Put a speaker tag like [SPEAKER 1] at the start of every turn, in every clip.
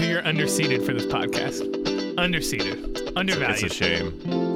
[SPEAKER 1] you're underseated for this podcast. Underseated.
[SPEAKER 2] It's a
[SPEAKER 1] Undervalued.
[SPEAKER 2] shame.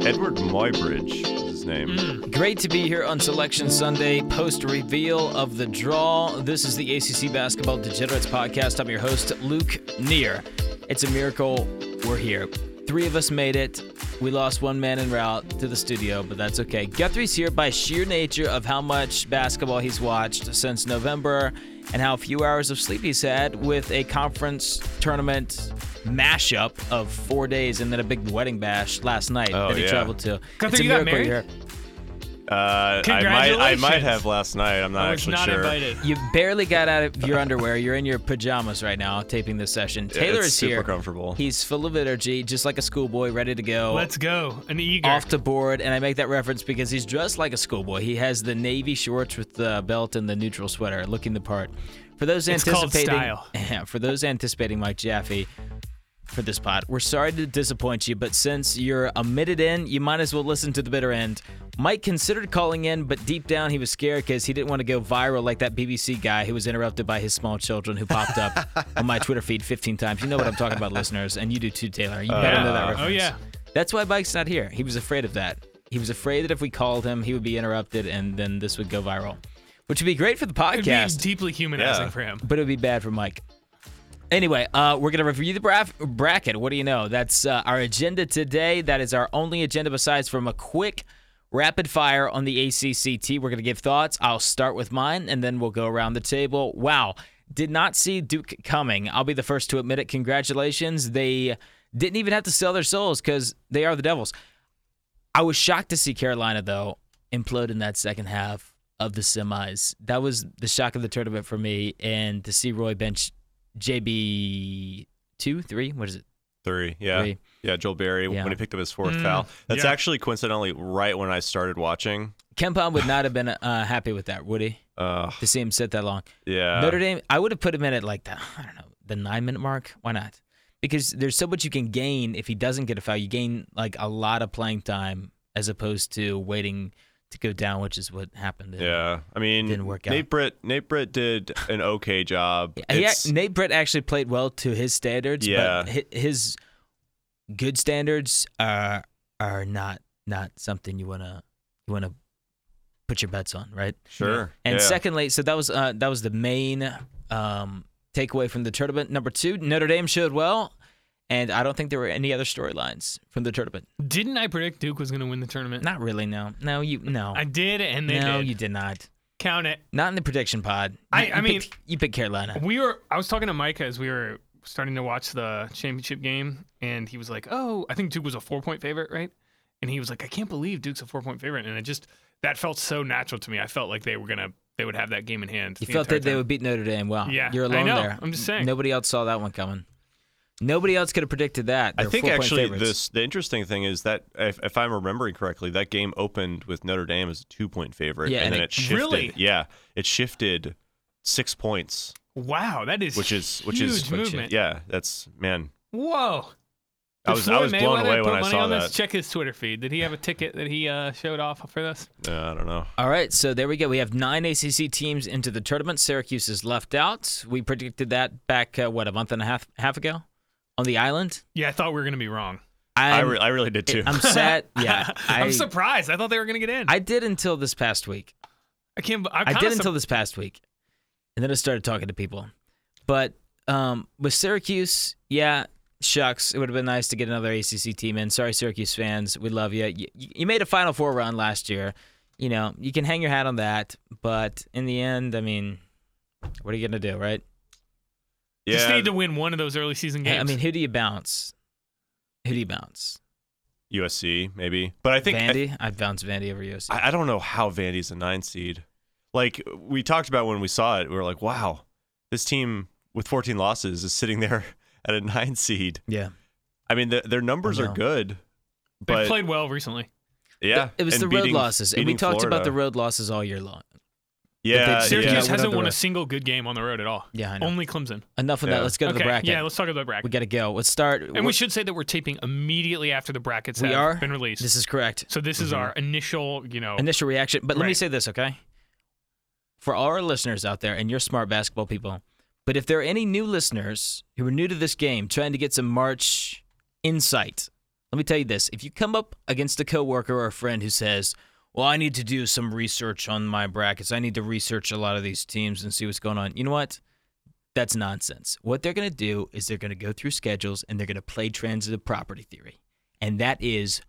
[SPEAKER 2] Edward Muybridge is his name.
[SPEAKER 1] Hmm.
[SPEAKER 3] Great to be here on Selection Sunday, post reveal of the draw. This is the ACC Basketball Degenerates podcast. I'm your host, Luke Neer. It's a miracle we're here. Three of us made it. We lost one man en route to the studio, but that's okay. Guthrie's here by sheer nature of how much basketball he's watched since November and how few hours of sleep he's had with a conference tournament mashup of four days and then a big wedding bash last night
[SPEAKER 2] Oh,
[SPEAKER 3] that he
[SPEAKER 2] yeah.
[SPEAKER 3] traveled to.
[SPEAKER 1] Guthrie,
[SPEAKER 3] it's a
[SPEAKER 1] you got
[SPEAKER 3] miracle
[SPEAKER 1] married?
[SPEAKER 3] you're here.
[SPEAKER 2] Uh, I might, I might
[SPEAKER 1] Congratulations.
[SPEAKER 2] have last night. I'm not
[SPEAKER 1] I was
[SPEAKER 2] actually
[SPEAKER 1] not
[SPEAKER 2] sure.
[SPEAKER 1] invited.
[SPEAKER 3] You barely got out of your underwear. You're in your pajamas right now, taping this session. Taylor
[SPEAKER 2] it's
[SPEAKER 3] is
[SPEAKER 2] super
[SPEAKER 3] here.
[SPEAKER 2] comfortable.
[SPEAKER 3] He's full of energy, just like a schoolboy, ready to go.
[SPEAKER 1] Let's go. An eager.
[SPEAKER 3] off the board, and I make that reference because he's dressed like a schoolboy. He has the navy shorts with the belt and the neutral sweater, looking the part. For those
[SPEAKER 1] It's called
[SPEAKER 3] anticipating,
[SPEAKER 1] style.
[SPEAKER 3] for those anticipating Mike Jaffe for this pot, we're sorry to disappoint you, but since you're a minute in, you might as well listen to the bitter end. Mike considered calling in, but deep down he was scared because he didn't want to go viral like that BBC guy who was interrupted by his small children who popped up on my Twitter feed 15 times. You know what I'm talking about, listeners, and you do too, Taylor. You better know that
[SPEAKER 2] Oh,
[SPEAKER 3] reference.
[SPEAKER 1] oh, yeah.
[SPEAKER 3] That's why Mike's not here. He was afraid of that. He was afraid that if we called him, he would be interrupted and then this would go viral, which would be great for the
[SPEAKER 1] It'd be
[SPEAKER 3] podcast,
[SPEAKER 1] deeply humanizing
[SPEAKER 2] Yeah.
[SPEAKER 1] for him.
[SPEAKER 3] but it would be bad for Mike. Anyway, uh, we're going to review the braf- bracket. What do you know? That's uh, our agenda today. That is our only agenda besides from a quick rapid fire on the ACCT. We're going to give thoughts. I'll start with mine and then we'll go around the table. Wow. Did not see Duke coming. I'll be the first to admit it. Congratulations. They didn't even have to sell their souls because they are the Devils. I was shocked to see Carolina though implode in that second half of the semis. That was the shock of the tournament for me, and to see Roy bench JB two three. What is it?
[SPEAKER 2] Three, yeah,
[SPEAKER 3] Three.
[SPEAKER 2] yeah. Joel Berry
[SPEAKER 3] Yeah.
[SPEAKER 2] when he picked up his fourth
[SPEAKER 1] Mm,
[SPEAKER 2] foul. That's
[SPEAKER 1] yeah.
[SPEAKER 2] actually coincidentally right when I started watching.
[SPEAKER 3] Kempon would not have been uh, happy with that, would he?
[SPEAKER 2] Uh,
[SPEAKER 3] To see him sit that long.
[SPEAKER 2] yeah.
[SPEAKER 3] Notre Dame, I would have put him in at like the I don't know the nine minute mark. Why not? Because there's so much you can gain if he doesn't get a foul. You gain like a lot of playing time as opposed to waiting to go down, which is what happened. in-
[SPEAKER 2] Yeah, I mean,
[SPEAKER 3] Didn't work
[SPEAKER 2] Nate
[SPEAKER 3] out.
[SPEAKER 2] Britt, Nate Britt did an okay job.
[SPEAKER 3] He,
[SPEAKER 2] It's-
[SPEAKER 3] Nate Britt actually played well to his standards,
[SPEAKER 2] Yeah.
[SPEAKER 3] but hi- his good standards are are not not something you wanna you wanna put your bets on, right?
[SPEAKER 2] sure.
[SPEAKER 3] And
[SPEAKER 2] yeah.
[SPEAKER 3] secondly, so that was uh, that was the main um, takeaway from the tournament. Number two, Notre Dame showed well, and I don't think there were any other storylines from the tournament.
[SPEAKER 1] Didn't I predict Duke was going to win the tournament?
[SPEAKER 3] Not really. No, no, you no,
[SPEAKER 1] I did, and they
[SPEAKER 3] no,
[SPEAKER 1] did.
[SPEAKER 3] you did not.
[SPEAKER 1] Count it.
[SPEAKER 3] Not in the prediction pod. You-
[SPEAKER 1] I-
[SPEAKER 3] you
[SPEAKER 1] I mean-
[SPEAKER 3] picked- you picked Carolina.
[SPEAKER 1] We were. I was talking to Micah as we were starting to watch the championship game, and he was like, "Oh, I think Duke was a four point favorite, right?" And he was like, "I can't believe Duke's a four point favorite," and it just that felt so natural to me. I felt like they were gonna they would have that game in hand.
[SPEAKER 3] You
[SPEAKER 1] the
[SPEAKER 3] felt
[SPEAKER 1] entire
[SPEAKER 3] that they
[SPEAKER 1] time.
[SPEAKER 3] would beat Notre Dame. Wow.
[SPEAKER 1] Yeah,
[SPEAKER 3] You're
[SPEAKER 1] I
[SPEAKER 3] alone
[SPEAKER 1] know.
[SPEAKER 3] there.
[SPEAKER 1] I'm just saying.
[SPEAKER 3] Nobody else saw that one coming. Nobody else could have predicted that.
[SPEAKER 2] I
[SPEAKER 3] They're
[SPEAKER 2] think
[SPEAKER 3] four-point
[SPEAKER 2] actually
[SPEAKER 3] favorites.
[SPEAKER 2] this the interesting thing is that if, if I'm remembering correctly, that game opened with Notre Dame as a two point favorite,
[SPEAKER 3] Yeah,
[SPEAKER 2] and,
[SPEAKER 3] and
[SPEAKER 2] then
[SPEAKER 3] it-
[SPEAKER 2] it, shifted.
[SPEAKER 1] Really?
[SPEAKER 2] Yeah, it shifted six points,
[SPEAKER 1] Wow, that is
[SPEAKER 2] which is which
[SPEAKER 1] huge
[SPEAKER 2] is
[SPEAKER 1] movement.
[SPEAKER 2] Yeah, that's man.
[SPEAKER 1] Whoa.
[SPEAKER 2] I
[SPEAKER 1] Did
[SPEAKER 2] was I
[SPEAKER 1] Floyd
[SPEAKER 2] was blown
[SPEAKER 1] Mayweather
[SPEAKER 2] away
[SPEAKER 1] put
[SPEAKER 2] when I
[SPEAKER 1] money
[SPEAKER 2] saw
[SPEAKER 1] on
[SPEAKER 2] that.
[SPEAKER 1] This? Check his Twitter feed. Did he have a ticket that he uh, showed off for this?
[SPEAKER 2] Yeah, uh, I don't know.
[SPEAKER 3] All right, so there we go. We have nine ACC teams into the tournament. Syracuse is left out. We predicted that back uh, what a month and a half half ago on the island.
[SPEAKER 1] Yeah, I thought we were gonna be wrong.
[SPEAKER 2] I,
[SPEAKER 3] I'm,
[SPEAKER 2] re- I really did too.
[SPEAKER 3] I'm sad. Yeah, I,
[SPEAKER 1] am surprised. I thought they were gonna get in. I,
[SPEAKER 3] I did until this past week.
[SPEAKER 1] can't. I'm
[SPEAKER 3] I
[SPEAKER 1] kinda
[SPEAKER 3] did
[SPEAKER 1] sup-
[SPEAKER 3] until this past week, and then I started talking to people. But um, with Syracuse, yeah, shucks, it would have been nice to get another ACC team in. Sorry, Syracuse fans, we love you. You, you made a Final Four run last year. You know, you can hang your hat on that, but in the end, I mean, what are you gonna do, right?
[SPEAKER 2] yeah,
[SPEAKER 1] Just need to win one of those early season games.
[SPEAKER 3] I mean, who do you bounce? Who do you bounce?
[SPEAKER 2] USC maybe, but I think I,
[SPEAKER 3] Vandy. I, bounce Vandy over USC.
[SPEAKER 2] I I don't know how Vandy's a nine seed. Like we talked about when we saw it, we were like, wow, this team with 14 losses is sitting there at a nine seed.
[SPEAKER 3] yeah,
[SPEAKER 2] I mean, the, their numbers
[SPEAKER 3] I
[SPEAKER 2] are
[SPEAKER 3] know.
[SPEAKER 2] good,
[SPEAKER 1] they
[SPEAKER 2] but
[SPEAKER 1] played well recently.
[SPEAKER 2] yeah,
[SPEAKER 3] it was
[SPEAKER 2] and
[SPEAKER 3] the
[SPEAKER 2] beating-
[SPEAKER 3] road losses, and we
[SPEAKER 2] beating
[SPEAKER 3] talked about
[SPEAKER 2] Florida.
[SPEAKER 3] the road losses all year long.
[SPEAKER 2] Yeah,
[SPEAKER 3] they-
[SPEAKER 1] Syracuse
[SPEAKER 2] yeah.
[SPEAKER 3] went on
[SPEAKER 1] hasn't
[SPEAKER 3] the
[SPEAKER 1] won a
[SPEAKER 3] road.
[SPEAKER 1] single good game on the road at all.
[SPEAKER 3] Yeah, I know.
[SPEAKER 1] Only Clemson.
[SPEAKER 3] Enough of
[SPEAKER 2] Oh, Yeah.
[SPEAKER 3] that. Let's go to
[SPEAKER 1] okay,
[SPEAKER 3] the bracket.
[SPEAKER 1] yeah, let's talk about the bracket.
[SPEAKER 3] we got to go. Let's start.
[SPEAKER 1] and we should say that we're taping immediately after the brackets
[SPEAKER 3] we
[SPEAKER 1] have
[SPEAKER 3] are
[SPEAKER 1] been released.
[SPEAKER 3] This Mm-hmm. is correct.
[SPEAKER 1] so this is our initial, you know,
[SPEAKER 3] Initial reaction, but let me
[SPEAKER 1] Right.
[SPEAKER 3] say this, okay? For all our listeners out there, and you're smart basketball people, But if there are any new listeners who are new to this game trying to get some March insight, let me tell you this. If you come up against a coworker or a friend who says, Well, I need to do some research on my brackets, I need to research a lot of these teams and see what's going on, you know what? That's nonsense. What they're going to do is they're going to go through schedules and they're going to play transitive property theory. And that is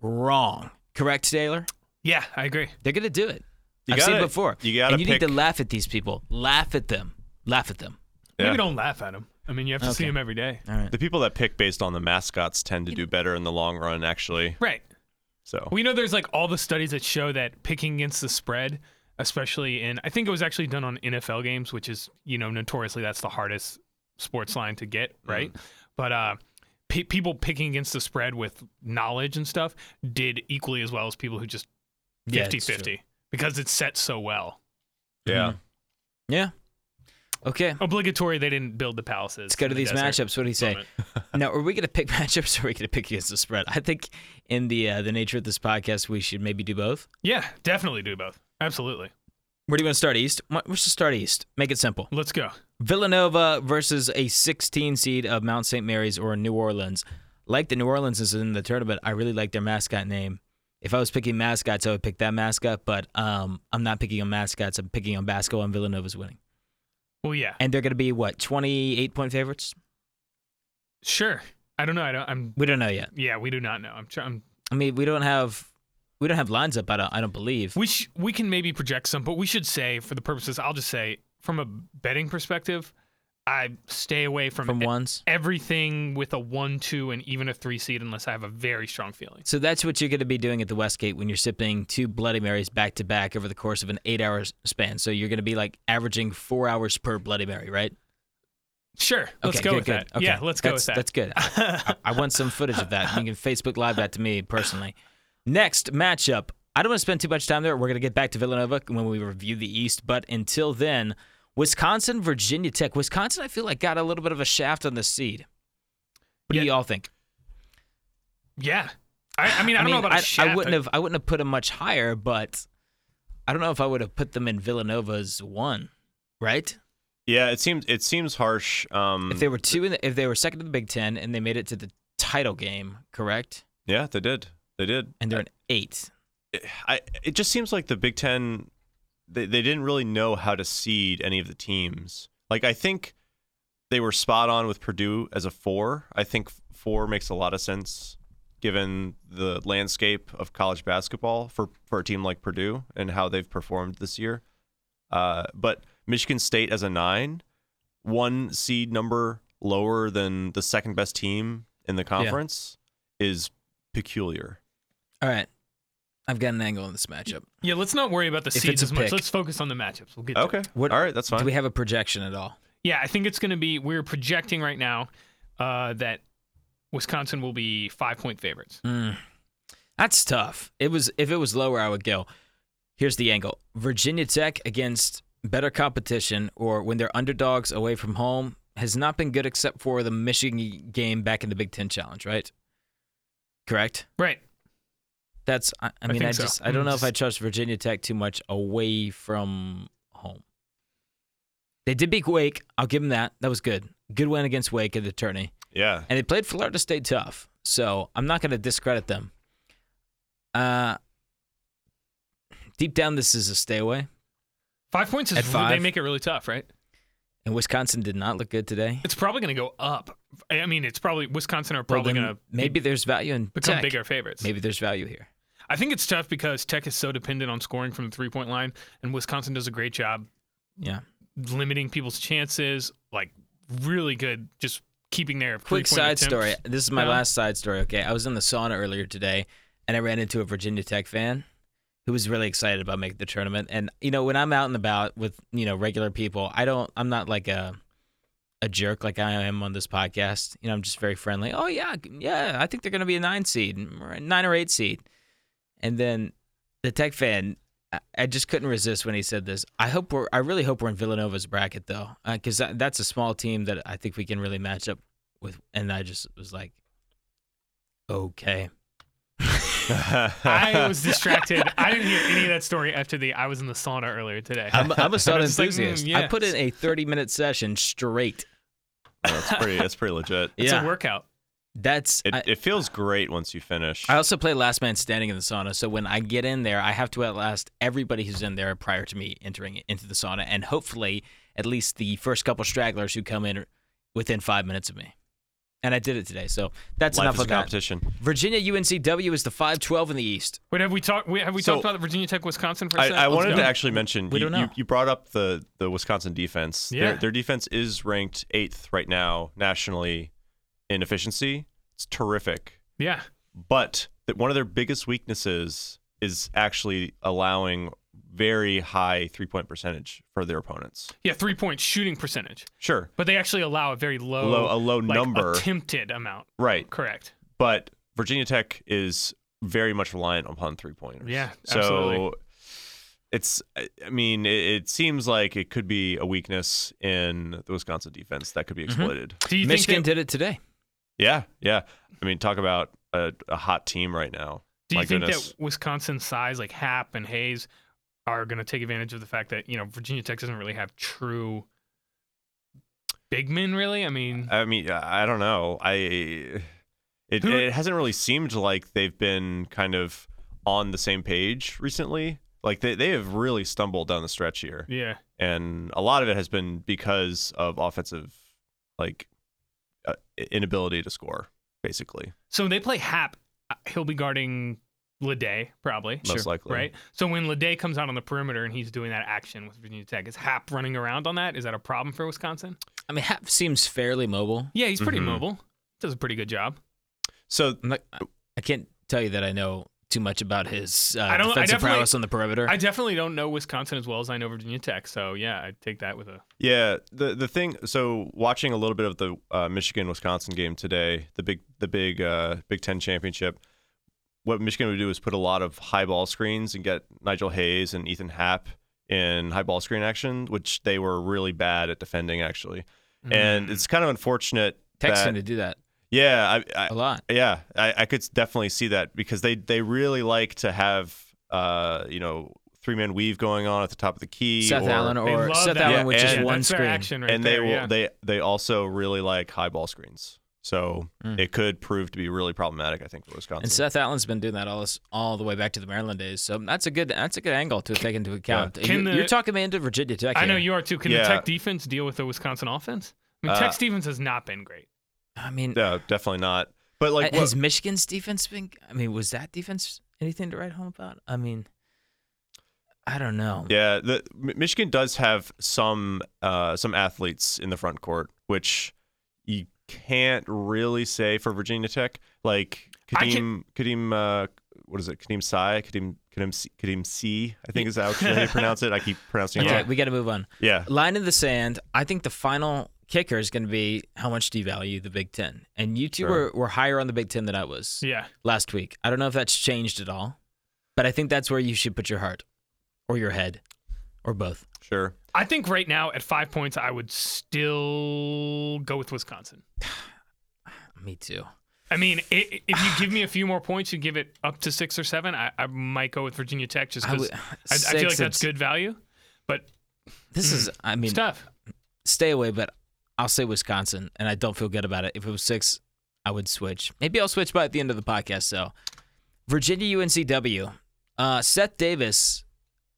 [SPEAKER 3] wrong. Correct, Taylor?
[SPEAKER 1] Yeah, I agree.
[SPEAKER 3] They're going to do it.
[SPEAKER 2] You
[SPEAKER 3] I've seen it
[SPEAKER 2] gotta-
[SPEAKER 3] before.
[SPEAKER 2] you gotta
[SPEAKER 3] and you need
[SPEAKER 2] pick-
[SPEAKER 3] to laugh at these people. Laugh at them. Laugh at them.
[SPEAKER 2] Yeah.
[SPEAKER 1] Maybe don't laugh at him. I mean, you have to see
[SPEAKER 3] Okay.
[SPEAKER 1] him every day.
[SPEAKER 3] All right.
[SPEAKER 2] The people that pick based on the mascots tend to do better in the long run, actually.
[SPEAKER 1] Right.
[SPEAKER 2] So
[SPEAKER 1] We know there's like all the studies that show that picking against the spread, especially in I think it was actually done on NFL games, which is you know notoriously that's the hardest sports line to get
[SPEAKER 3] Mm-hmm.
[SPEAKER 1] right. But uh, pe- people picking against the spread with knowledge and stuff did equally as well as people who just
[SPEAKER 3] Yeah, it's
[SPEAKER 1] 50
[SPEAKER 3] true.
[SPEAKER 1] 50 because it's set so well. Mm-hmm.
[SPEAKER 2] yeah,
[SPEAKER 3] Yeah. Okay.
[SPEAKER 1] Obligatory, they didn't build the palaces.
[SPEAKER 3] Let's go to
[SPEAKER 1] in the
[SPEAKER 3] these
[SPEAKER 1] desert.
[SPEAKER 3] matchups. What do you say?
[SPEAKER 1] Love
[SPEAKER 3] now, are we going to pick matchups or are we going to pick against the spread? I think in the uh, the nature of this podcast, we should maybe do both.
[SPEAKER 1] Yeah, definitely do both. Absolutely.
[SPEAKER 3] Where do you want to start? East? Why- Let's just start East. Make it simple.
[SPEAKER 1] Let's go.
[SPEAKER 3] Villanova versus a 16 seed of Mount St. Mary's or New Orleans. Like the New Orleans is in the tournament, I really like their mascot name. If I was picking mascots, I would pick that mascot, but um, I'm not picking on mascots. I'm picking on basketball, and Villanova's winning.
[SPEAKER 1] Well, yeah,
[SPEAKER 3] And they're going to be, what, 28 point favorites?
[SPEAKER 1] sure. I don't know. I don't. I'm.
[SPEAKER 3] We don't know yet.
[SPEAKER 1] Yeah, we do not know. I'm. Try, I'm
[SPEAKER 3] I mean, we don't have we don't have lines up. I don't, I don't believe.
[SPEAKER 1] We sh- we can maybe project some, but we should say for the purposes. I'll just say from a betting perspective, I stay away from,
[SPEAKER 3] from
[SPEAKER 1] e-
[SPEAKER 3] ones.
[SPEAKER 1] everything with a one, two, and even a three seed unless I have a very strong feeling.
[SPEAKER 3] So that's what you're going to be doing at the Westgate when you're sipping two Bloody Marys back to back over the course of an eight hour span. So you're going to be like averaging four hours per Bloody Mary, right?
[SPEAKER 1] Sure, let's
[SPEAKER 3] Okay,
[SPEAKER 1] go
[SPEAKER 3] good,
[SPEAKER 1] with
[SPEAKER 3] good.
[SPEAKER 1] that.
[SPEAKER 3] Okay.
[SPEAKER 1] Yeah, let's go
[SPEAKER 3] That's-
[SPEAKER 1] with that.
[SPEAKER 3] That's good. I, I want some footage of that. You can Facebook Live that to me personally. Next matchup. I don't want to spend too much time there. We're going to get back to Villanova when we review the East. But until then, Wisconsin, Virginia Tech. Wisconsin, I feel like got a little bit of a shaft on the seed. What
[SPEAKER 1] Yeah.
[SPEAKER 3] do you all think?
[SPEAKER 1] yeah, I, I mean, I don't know about a
[SPEAKER 3] I,
[SPEAKER 1] shaft.
[SPEAKER 3] I wouldn't have. I wouldn't have put them much higher, but I don't know if I would have put them in Villanova's one, right?
[SPEAKER 2] yeah. It seems it seems harsh. Um,
[SPEAKER 1] Mm.
[SPEAKER 3] If they were two, in the, if they were second in the Big Ten and they made it to the title game, correct?
[SPEAKER 2] yeah, they did. They did.
[SPEAKER 3] And they're an eight.
[SPEAKER 2] I it just seems like the Big Ten they, they didn't really know how to seed any of the teams. Like I think they were spot on with Purdue as a four. I think four makes a lot of sense given the landscape of college basketball for, for a team like Purdue and how they've performed this year. Uh, but Michigan State as a nine, one seed number lower than the second best team in the conference is peculiar.
[SPEAKER 3] All right, I've got an angle on this matchup.
[SPEAKER 1] yeah, let's not worry about the
[SPEAKER 3] If
[SPEAKER 1] seeds
[SPEAKER 3] it's a
[SPEAKER 1] as much.
[SPEAKER 3] pick.
[SPEAKER 1] Let's focus on the matchups. We'll get to it.
[SPEAKER 2] Okay.
[SPEAKER 3] What-
[SPEAKER 2] All right, that's fine.
[SPEAKER 3] Do we have a projection at all?
[SPEAKER 1] Yeah, I think it's going to be. We're projecting right now uh, that Wisconsin will be five point favorites.
[SPEAKER 3] Hmm. That's tough. It was if it was lower, I would go. Here's the angle: Virginia Tech against better competition, or when they're underdogs away from home, has not been good except for the Michigan game back in the Big Ten Challenge, right? Correct.
[SPEAKER 1] Right.
[SPEAKER 3] That's. I, I mean, I,
[SPEAKER 1] think so.
[SPEAKER 3] just I don't
[SPEAKER 1] Mm,
[SPEAKER 3] know if I
[SPEAKER 1] just-
[SPEAKER 3] trust Virginia Tech too much away from home. They did beat Wake. I'll give them that. That was good. Good win against Wake at the tourney.
[SPEAKER 2] yeah.
[SPEAKER 3] and they played Florida State tough. So I'm not going to discredit them. Uh, deep down, this is a stay away,
[SPEAKER 1] Five points is
[SPEAKER 3] At five?
[SPEAKER 1] they make it really tough, right?
[SPEAKER 3] and Wisconsin did not look good today.
[SPEAKER 1] It's probably going to go up. I I mean, it's probably Wisconsin are
[SPEAKER 3] Well,
[SPEAKER 1] probably
[SPEAKER 3] then
[SPEAKER 1] going to
[SPEAKER 3] maybe there's value in
[SPEAKER 1] become
[SPEAKER 3] Tech.
[SPEAKER 1] bigger favorites.
[SPEAKER 3] Maybe there's value here.
[SPEAKER 1] I think it's tough because Tech is so dependent on scoring from the three point line, and Wisconsin does a great job
[SPEAKER 3] Yeah.
[SPEAKER 1] limiting people's chances. Like really good, just keeping their three-point
[SPEAKER 3] Quick side story.
[SPEAKER 1] attempts.
[SPEAKER 3] This is my
[SPEAKER 1] Yeah.
[SPEAKER 3] last side story. Okay, I was in the sauna earlier today, and I ran into a Virginia Tech fan who was really excited about making the tournament. And you know, when I'm out and about with you know regular people, I don't. I'm not like a a jerk like I am on this podcast. You know, I'm just very friendly. Oh yeah, yeah. I think they're going to be a nine seed, or a nine or eight seed. And then the Tech fan, I, I just couldn't resist when he said this. I hope we're. I really hope we're in Villanova's bracket though, because that, that's a small team that I think we can really match up with. And I just was like, okay.
[SPEAKER 1] I was distracted. I didn't hear any of that story after the. I was in the sauna earlier today.
[SPEAKER 3] I'm, I'm a sauna
[SPEAKER 1] just like, mm,
[SPEAKER 3] enthusiast. I
[SPEAKER 1] yeah.
[SPEAKER 3] put in a 30 minute session straight.
[SPEAKER 2] that's pretty. That's pretty legit.
[SPEAKER 3] Yeah.
[SPEAKER 1] It's a workout.
[SPEAKER 3] That's
[SPEAKER 2] It,
[SPEAKER 3] I,
[SPEAKER 2] it feels great once you finish.
[SPEAKER 3] I also play last man standing in the sauna. So when I get in there, I have to outlast everybody who's in there prior to me entering into the sauna, and hopefully at least the first couple stragglers who come in are within five minutes of me. And I did it today, so that's
[SPEAKER 2] Life
[SPEAKER 3] enough
[SPEAKER 2] is a
[SPEAKER 3] of that.
[SPEAKER 2] competition.
[SPEAKER 3] Virginia UNCW is the 512 in the East.
[SPEAKER 1] Wait, have we talked? we- Have we
[SPEAKER 2] So-
[SPEAKER 1] talked about the Virginia Tech Wisconsin for a
[SPEAKER 2] I,
[SPEAKER 1] second?
[SPEAKER 2] I wanted to actually mention
[SPEAKER 3] We
[SPEAKER 2] you,
[SPEAKER 3] don't
[SPEAKER 2] you,
[SPEAKER 3] know.
[SPEAKER 2] you brought up the the Wisconsin defense.
[SPEAKER 1] Yeah.
[SPEAKER 2] Their, their defense is ranked eighth right now nationally in efficiency. It's terrific.
[SPEAKER 1] Yeah.
[SPEAKER 2] But that one of their biggest weaknesses is actually allowing very high three point percentage for their opponents.
[SPEAKER 1] Yeah. Three point shooting percentage,
[SPEAKER 2] Sure.
[SPEAKER 1] but they actually allow a very low,
[SPEAKER 2] Low- a low
[SPEAKER 1] Oh, like,
[SPEAKER 2] number.
[SPEAKER 1] attempted amount.
[SPEAKER 2] Right.
[SPEAKER 1] Correct.
[SPEAKER 2] But Virginia Tech is very much reliant upon three pointers.
[SPEAKER 1] Yeah,
[SPEAKER 2] So
[SPEAKER 1] absolutely.
[SPEAKER 2] it's I I mean, it, it seems like it could be a weakness in the Wisconsin defense that could
[SPEAKER 1] Mm-hmm.
[SPEAKER 2] be exploited.
[SPEAKER 1] Do you
[SPEAKER 3] Michigan
[SPEAKER 1] think? That,
[SPEAKER 3] did it today.
[SPEAKER 2] Yeah, yeah. I mean, talk about a, a hot team right now.
[SPEAKER 1] do
[SPEAKER 2] My
[SPEAKER 1] you think
[SPEAKER 2] goodness.
[SPEAKER 1] that Wisconsin size like Hap and Hayes are going to take advantage of the fact that you know Virginia Tech doesn't really have true big men? Really, I mean,
[SPEAKER 2] I mean, I I don't know. I it,
[SPEAKER 1] Who-
[SPEAKER 2] it hasn't really seemed like they've been kind of on the same page recently. Like they, they have really stumbled down the stretch here.
[SPEAKER 1] yeah.
[SPEAKER 2] and a lot of it has been because of offensive like uh, inability to score basically
[SPEAKER 1] So when they play Hap, uh, he'll be guarding Lede probably.
[SPEAKER 2] most likely
[SPEAKER 1] Right. So when Lede comes out on the perimeter and he's doing that action with Virginia Tech, is Hap running around on that? Is that a problem for Wisconsin?
[SPEAKER 3] I mean, Hap seems fairly mobile.
[SPEAKER 1] Yeah, he's pretty
[SPEAKER 2] Mhm.
[SPEAKER 1] mobile. Does a pretty good job.
[SPEAKER 2] so
[SPEAKER 3] I'm not, I- I can't tell you that I know too much about his uh,
[SPEAKER 1] I don't- I
[SPEAKER 3] defensive
[SPEAKER 1] definitely-
[SPEAKER 3] prowess on the perimeter.
[SPEAKER 1] I definitely don't know Wisconsin as well as I know Virginia Tech. So yeah, I take that with a
[SPEAKER 2] yeah the the thing so watching a little bit of the uh, Michigan Wisconsin game today the big the big uh, Big 10 championship what Michigan would do is put a lot of high ball screens and get Nigel Hayes and Ethan Happ in high ball screen action which they were really bad at defending actually
[SPEAKER 3] Mm-hmm.
[SPEAKER 1] Mm.
[SPEAKER 2] and it's kind of unfortunate
[SPEAKER 3] Tech's
[SPEAKER 2] that-
[SPEAKER 3] tend to do that
[SPEAKER 2] yeah I, I,
[SPEAKER 3] a lot.
[SPEAKER 2] Yeah, I, I could definitely see that because they they really like to have uh you know three man weave going on at the top of the key.
[SPEAKER 3] Seth
[SPEAKER 2] or-
[SPEAKER 3] Allen
[SPEAKER 1] They
[SPEAKER 3] or
[SPEAKER 1] love
[SPEAKER 3] Seth
[SPEAKER 1] that.
[SPEAKER 3] Allen,
[SPEAKER 2] Yeah,
[SPEAKER 3] which is
[SPEAKER 2] and-
[SPEAKER 3] one
[SPEAKER 1] that's their
[SPEAKER 3] screen.
[SPEAKER 1] action right
[SPEAKER 2] and they
[SPEAKER 1] there,
[SPEAKER 2] will
[SPEAKER 1] yeah.
[SPEAKER 2] they they also really like high ball screens, so it could prove to be really problematic. I think for Wisconsin.
[SPEAKER 3] Mm. And Seth Allen's been doing that all this, all the way back to the Maryland days. So that's a good that's a good angle to take into account.
[SPEAKER 1] Can
[SPEAKER 3] You-
[SPEAKER 1] the-
[SPEAKER 3] you're talking me into Virginia Tech.
[SPEAKER 1] I know
[SPEAKER 3] here.
[SPEAKER 1] you are too. Can
[SPEAKER 2] Yeah.
[SPEAKER 1] the Tech defense deal with the Wisconsin offense? I mean,
[SPEAKER 2] Uh,
[SPEAKER 1] Tech's defense has not been great.
[SPEAKER 3] I mean,
[SPEAKER 2] no, definitely not. But like,
[SPEAKER 3] has
[SPEAKER 2] what-
[SPEAKER 3] Michigan's defense been? I mean, was that defense anything to write home about? I mean, I don't know.
[SPEAKER 2] yeah, the Mi- Michigan does have some uh some athletes in the front court, which you can't really say for Virginia Tech. Like
[SPEAKER 1] I
[SPEAKER 2] Kadeem, Kadeem, uh, what is it? Kadeem Sai, Kadeem, Kadeem, C, Kadeem C, I think is how they pronounce it. I keep pronouncing it.
[SPEAKER 3] Okay,
[SPEAKER 2] wrong.
[SPEAKER 3] we got to move on.
[SPEAKER 2] Yeah.
[SPEAKER 3] Line in the sand. I think the final kicker is going to be how much do you value the Big Ten? And you two
[SPEAKER 2] Sure.
[SPEAKER 3] were, were higher on the Big Ten than I was
[SPEAKER 1] Yeah.
[SPEAKER 3] last week. I don't know if that's changed at all, but I think that's where you should put your heart or your head or both.
[SPEAKER 2] sure.
[SPEAKER 1] I think right now at five points, I would still go with Wisconsin.
[SPEAKER 3] Me too.
[SPEAKER 1] I mean, i- i if you give me a few more points, you give it up to six or seven. I, I might go with Virginia Tech just
[SPEAKER 3] I
[SPEAKER 1] because
[SPEAKER 3] would-
[SPEAKER 1] I, I feel like
[SPEAKER 3] six,
[SPEAKER 1] that's
[SPEAKER 3] it's-
[SPEAKER 1] good Mm-hmm. value. But
[SPEAKER 3] This is, I mean,
[SPEAKER 1] it's tough.
[SPEAKER 3] stay away, but I'll say Wisconsin, and I don't feel good about it. If it was six, I would switch. Maybe I'll switch by at the end of the podcast. So, Virginia UNCW. Uh, Seth Davis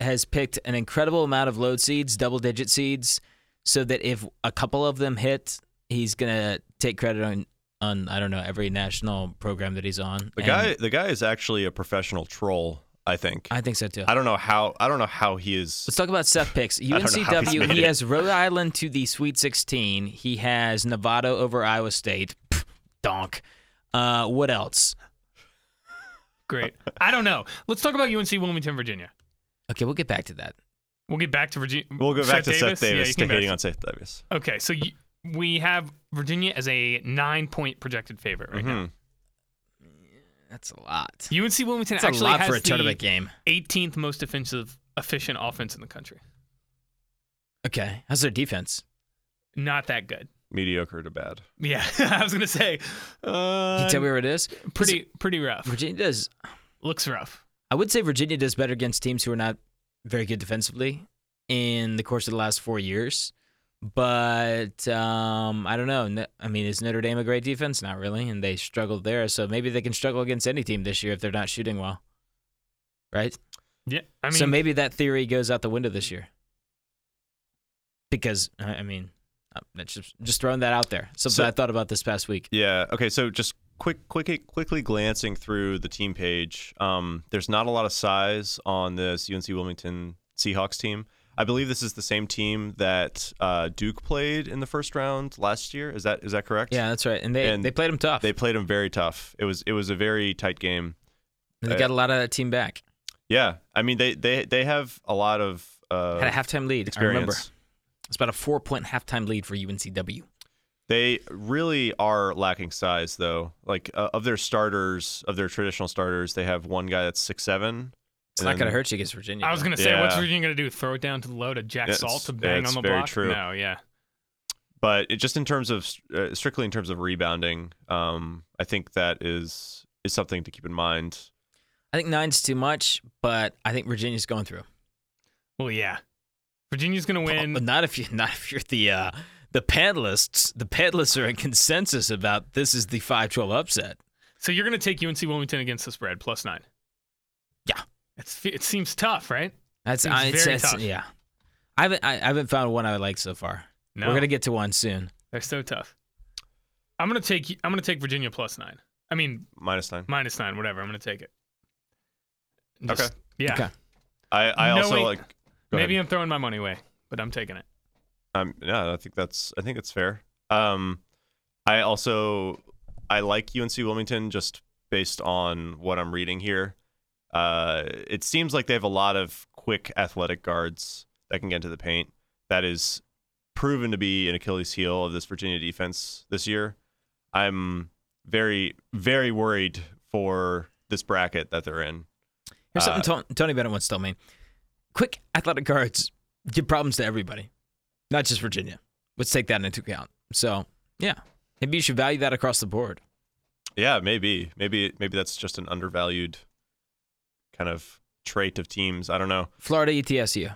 [SPEAKER 3] has picked an incredible amount of load seeds, double digit seeds, so that if a couple of them hit, he's gonna take credit on on I don't know every national program that he's on.
[SPEAKER 2] The
[SPEAKER 3] And
[SPEAKER 2] guy, the guy is actually a professional troll. I think. I,
[SPEAKER 3] I think so too.
[SPEAKER 2] don't know how. I don't know how he is.
[SPEAKER 3] Let's talk about Seth picks.
[SPEAKER 2] don't know how he's
[SPEAKER 3] UNCW,
[SPEAKER 2] made
[SPEAKER 3] he
[SPEAKER 2] it.
[SPEAKER 3] has Rhode Island to the Sweet 16. He has Nevada over Iowa State. Pff, Donk. Uh, what else?
[SPEAKER 1] Great.
[SPEAKER 3] uh,
[SPEAKER 1] I don't know. Let's talk about UNC Wilmington, Virginia.
[SPEAKER 3] Okay, we'll get back to that.
[SPEAKER 1] We'll get back to Virginia.
[SPEAKER 2] We'll go back to Seth
[SPEAKER 1] Yeah, you
[SPEAKER 2] Davis
[SPEAKER 1] can
[SPEAKER 2] to hating
[SPEAKER 1] back-
[SPEAKER 2] on Seth Davis.
[SPEAKER 1] Okay, so you, we have Virginia as a nine-point projected favorite right now.
[SPEAKER 2] Mhm.
[SPEAKER 3] That's a lot.
[SPEAKER 1] UNC Wilmington
[SPEAKER 3] That's a
[SPEAKER 1] actually
[SPEAKER 3] lot
[SPEAKER 1] has
[SPEAKER 3] for a
[SPEAKER 1] the
[SPEAKER 3] tournament game.
[SPEAKER 1] 18th most offensive, efficient offense in the country.
[SPEAKER 3] Okay, how's their defense?
[SPEAKER 1] Not that good.
[SPEAKER 2] Mediocre to bad.
[SPEAKER 1] Yeah, I was gonna say,
[SPEAKER 3] Can
[SPEAKER 1] uh,
[SPEAKER 3] you tell me where it is?
[SPEAKER 1] pretty pretty rough.
[SPEAKER 3] Virginia does
[SPEAKER 1] looks rough.
[SPEAKER 3] I would say Virginia does better against teams who are not very good defensively in the course of the last four years. But um, I don't know. No- I mean, is Notre Dame a great defense? Not really, and they struggled there. So maybe they can struggle against any team this year if they're not shooting well, right?
[SPEAKER 1] Yeah, I mean,
[SPEAKER 3] so maybe that theory goes out the window this year. Because I I mean, uh, that's just just throwing that out there.
[SPEAKER 2] So-
[SPEAKER 3] Something I thought about this past week.
[SPEAKER 2] Yeah. Okay. So just quick, quick, quickly glancing through the team page. Um, there's not a lot of size on this UNC Wilmington Seahawks team. I believe this is the same team that uh, Duke played in the first round last year. Is that is that correct?
[SPEAKER 3] Yeah, that's right. And they
[SPEAKER 2] And
[SPEAKER 3] they played them tough.
[SPEAKER 2] They played them very tough. It was it was a very tight game.
[SPEAKER 3] And they got a lot of that team back.
[SPEAKER 2] Yeah. I mean they they they have a lot of uh,
[SPEAKER 3] Had a halftime lead. I remember.
[SPEAKER 2] experience.
[SPEAKER 3] It's about a four point halftime lead for UNCW.
[SPEAKER 2] They really are lacking size, though. Like uh, of their starters, of their traditional starters, they have one guy that's six seven.
[SPEAKER 3] It's not going to hurt you against Virginia.
[SPEAKER 1] I was
[SPEAKER 3] though.
[SPEAKER 1] gonna say, what's
[SPEAKER 2] Yeah.
[SPEAKER 1] Virginia gonna do? Throw it down to the low to Jack
[SPEAKER 2] That's-
[SPEAKER 1] Salt to bang
[SPEAKER 2] that's
[SPEAKER 1] on the
[SPEAKER 2] very
[SPEAKER 1] block?
[SPEAKER 2] true.
[SPEAKER 1] No, yeah,
[SPEAKER 2] But it, just in terms of uh, strictly in terms of rebounding, um, I think that is is something to keep in mind.
[SPEAKER 3] I think nine's too much, but I think Virginia's going through. Oh,
[SPEAKER 1] well, yeah. Virginia's gonna
[SPEAKER 3] but
[SPEAKER 1] win.
[SPEAKER 3] not if you not if you're the uh, the panelists. The panelists are in consensus about this is the 5-12 upset.
[SPEAKER 1] So you're gonna take UNC Wilmington against the spread plus nine.
[SPEAKER 3] Yeah.
[SPEAKER 1] it's it seems tough, right?
[SPEAKER 3] That's
[SPEAKER 1] Seems
[SPEAKER 3] I, it's,
[SPEAKER 1] very
[SPEAKER 3] it's-
[SPEAKER 1] tough.
[SPEAKER 3] yeah. I haven't I, I haven't found one I like so far.
[SPEAKER 1] No,
[SPEAKER 3] We're gonna get to one soon.
[SPEAKER 1] they're so tough. I'm gonna take I'm gonna take Virginia plus nine. I mean
[SPEAKER 2] Minus nine.
[SPEAKER 1] minus nine, whatever. I'm gonna take it.
[SPEAKER 2] Okay.
[SPEAKER 1] Yeah.
[SPEAKER 3] Okay.
[SPEAKER 2] I, I
[SPEAKER 1] No,
[SPEAKER 2] also
[SPEAKER 1] wait.
[SPEAKER 2] like. Go
[SPEAKER 1] Maybe
[SPEAKER 2] ahead.
[SPEAKER 1] I'm throwing my money away, but I'm taking it.
[SPEAKER 2] Um, yeah, I think that's I think it's fair. Um, I also I like UNC Wilmington just based on what I'm reading here. Uh, it seems like they have a lot of quick athletic guards that can get into the paint. That is proven to be an Achilles heel of this Virginia defense this year. I'm very very worried for this bracket that they're in.
[SPEAKER 3] Here's
[SPEAKER 2] Uh,
[SPEAKER 3] something Ton- Tony Bennett once told me: quick athletic guards give problems to everybody, not just Virginia. Let's take that into account. So yeah, maybe you should value that across the board.
[SPEAKER 2] Yeah, maybe. Maybe maybe that's just an undervalued kind of trait of teams. I don't know.
[SPEAKER 3] Florida ETSU.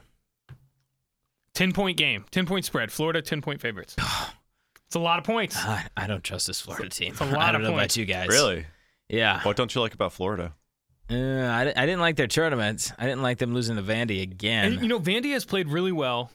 [SPEAKER 1] Ten point game, ten point spread. Florida ten point favorites. it's a lot of points.
[SPEAKER 3] I, I don't trust this Florida team.
[SPEAKER 1] a
[SPEAKER 3] I
[SPEAKER 1] lot
[SPEAKER 3] don't
[SPEAKER 1] of
[SPEAKER 3] know
[SPEAKER 1] points.
[SPEAKER 3] about you guys.
[SPEAKER 2] Really?
[SPEAKER 3] Yeah.
[SPEAKER 2] What don't you like about Florida?
[SPEAKER 3] Uh, I, di- I didn't like their tournament. I didn't like them losing to Vandy again.
[SPEAKER 1] And you know, Vandy has played really well,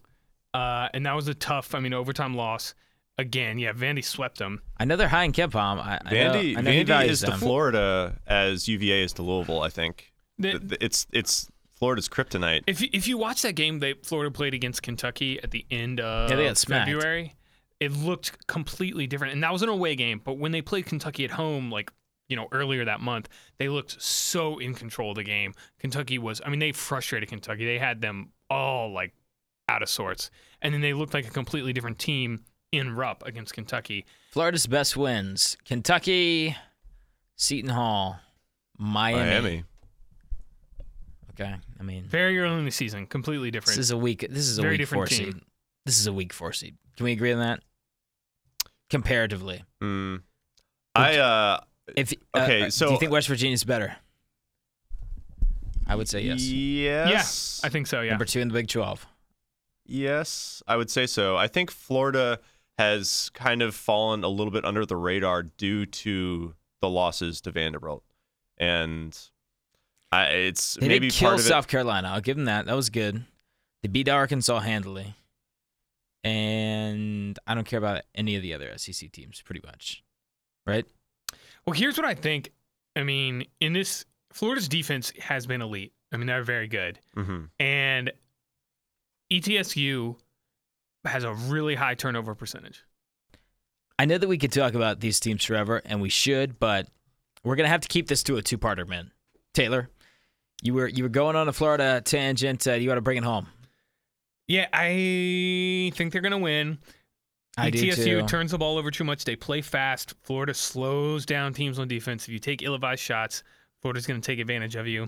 [SPEAKER 1] uh, and that was a tough, I mean, overtime loss. Again, yeah, Vandy swept them.
[SPEAKER 3] I know they're high in Kempom. I,
[SPEAKER 2] Vandy,
[SPEAKER 3] I know, I know he
[SPEAKER 2] Vandy
[SPEAKER 3] values
[SPEAKER 2] is to
[SPEAKER 3] them.
[SPEAKER 2] Florida as UVA is to Louisville. I think
[SPEAKER 1] They-
[SPEAKER 2] Th- th- it's it's Florida's kryptonite.
[SPEAKER 1] if you, if you watch that game, they Florida played against Kentucky at the end of
[SPEAKER 3] Yeah, they got smacked.
[SPEAKER 1] February. It looked completely different, and that was an away game. But when they played Kentucky at home, like you know earlier that month, they looked so in control of the game. Kentucky was, I mean, they frustrated Kentucky. They had them all like out of sorts, and then they looked like a completely different team in Rupp against Kentucky.
[SPEAKER 3] Florida's best wins: Kentucky, Seton Hall, Miami.
[SPEAKER 2] Miami.
[SPEAKER 3] Okay, I mean
[SPEAKER 1] Very early in the season, completely
[SPEAKER 3] this
[SPEAKER 1] different.
[SPEAKER 3] is a week. This is a
[SPEAKER 1] Very
[SPEAKER 3] weak four
[SPEAKER 1] different team.
[SPEAKER 3] seed. This is a weak four seed. Can we agree on that? Comparatively,
[SPEAKER 2] Mm. I uh,
[SPEAKER 3] if uh,
[SPEAKER 2] Okay,
[SPEAKER 3] uh, do
[SPEAKER 2] so-
[SPEAKER 3] you think West Virginia's better? I would say yes.
[SPEAKER 2] Yes.
[SPEAKER 1] I think so. Yeah.
[SPEAKER 3] Number two in the Big Twelve.
[SPEAKER 2] Yes, I would say so. I think Florida has kind of fallen a little bit under the radar due to the losses to Vanderbilt, and I, it's
[SPEAKER 3] They
[SPEAKER 2] maybe
[SPEAKER 3] did kill
[SPEAKER 2] part of it-
[SPEAKER 3] South Carolina. I'll give them that. That was good. They beat Arkansas handily. And I don't care about any of the other SEC teams, pretty much. Right?
[SPEAKER 1] Well, here's what I think. I mean, in this, Florida's defense has been elite. I mean, they're very good.
[SPEAKER 2] Mhm.
[SPEAKER 1] And E ETSU has a really high turnover percentage.
[SPEAKER 3] I know that we could talk about these teams forever, and we should, but we're gonna have to keep this to a two-parter, man. Taylor, you were you were going on a Florida tangent. Uh, you got to bring it home.
[SPEAKER 1] Yeah, I think they're going to win. E
[SPEAKER 3] I do
[SPEAKER 1] ETSU
[SPEAKER 3] too.
[SPEAKER 1] turns the ball over too much. They play fast. Florida slows down teams on defense. If you take ill advised shots, Florida's going to take advantage of you.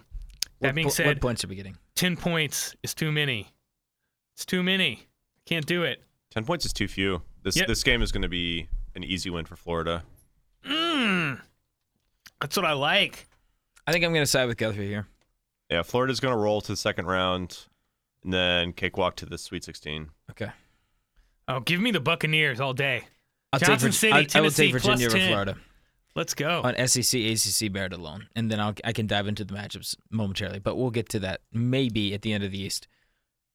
[SPEAKER 1] That
[SPEAKER 3] What
[SPEAKER 1] being
[SPEAKER 3] po-
[SPEAKER 1] said,
[SPEAKER 3] what points are we getting?
[SPEAKER 1] 10 points is too many. It's too many. Can't do it.
[SPEAKER 2] Ten points is too few. This
[SPEAKER 1] Yep.
[SPEAKER 2] this game is going to be
[SPEAKER 1] Mm.
[SPEAKER 2] an easy win for Florida.
[SPEAKER 1] That's what I like.
[SPEAKER 3] I think I'm going to side with Guthrie here.
[SPEAKER 2] Yeah, Florida's going to roll to the second round and then cakewalk to the Sweet 16.
[SPEAKER 3] Okay.
[SPEAKER 1] Oh, give me the Buccaneers all day.
[SPEAKER 3] I'll
[SPEAKER 1] Johnson
[SPEAKER 3] take, Vir-
[SPEAKER 1] City,
[SPEAKER 3] I, I will
[SPEAKER 1] Tennessee,
[SPEAKER 3] take Virginia
[SPEAKER 1] plus
[SPEAKER 3] over
[SPEAKER 1] 10.
[SPEAKER 3] Florida
[SPEAKER 1] Let's go.
[SPEAKER 3] on E SEC ACC Barrett alone, and then I'll, I can dive into the matchups momentarily. But we'll get to that maybe at the end of the East.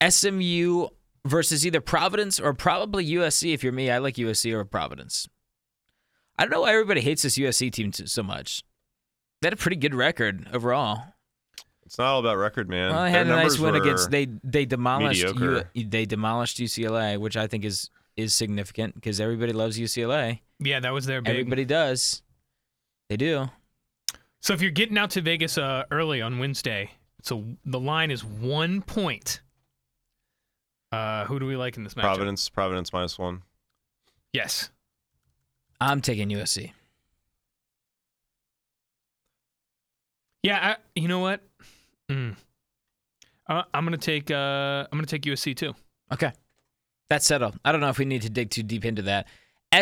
[SPEAKER 3] SMU versus either Providence or probably USC. If you're me, I like USC or Providence. I don't know why everybody hates this USC team so- so much. They had a pretty good record overall.
[SPEAKER 2] It's not all about record, man.
[SPEAKER 3] Well, they
[SPEAKER 2] Their
[SPEAKER 3] had a nice
[SPEAKER 2] numbers
[SPEAKER 3] win
[SPEAKER 2] were-
[SPEAKER 3] against they they demolished U,
[SPEAKER 2] mediocre.
[SPEAKER 3] they demolished UCLA, which I think is is significant because everybody loves UCLA.
[SPEAKER 1] yeah, that was their big.
[SPEAKER 3] Everybody does. They do.
[SPEAKER 1] So if you're getting out to Vegas uh, early on Wednesday, so the line is one point. Uh, who do we like in this matchup?
[SPEAKER 2] Providence, Providence minus one.
[SPEAKER 1] Yes.
[SPEAKER 3] I'm taking USC.
[SPEAKER 1] Yeah. I, you know what? Mm. Uh, I'm gonna take. Uh, I'm gonna take USC too.
[SPEAKER 3] Okay. That's settled. I don't know if we need to dig too deep into that.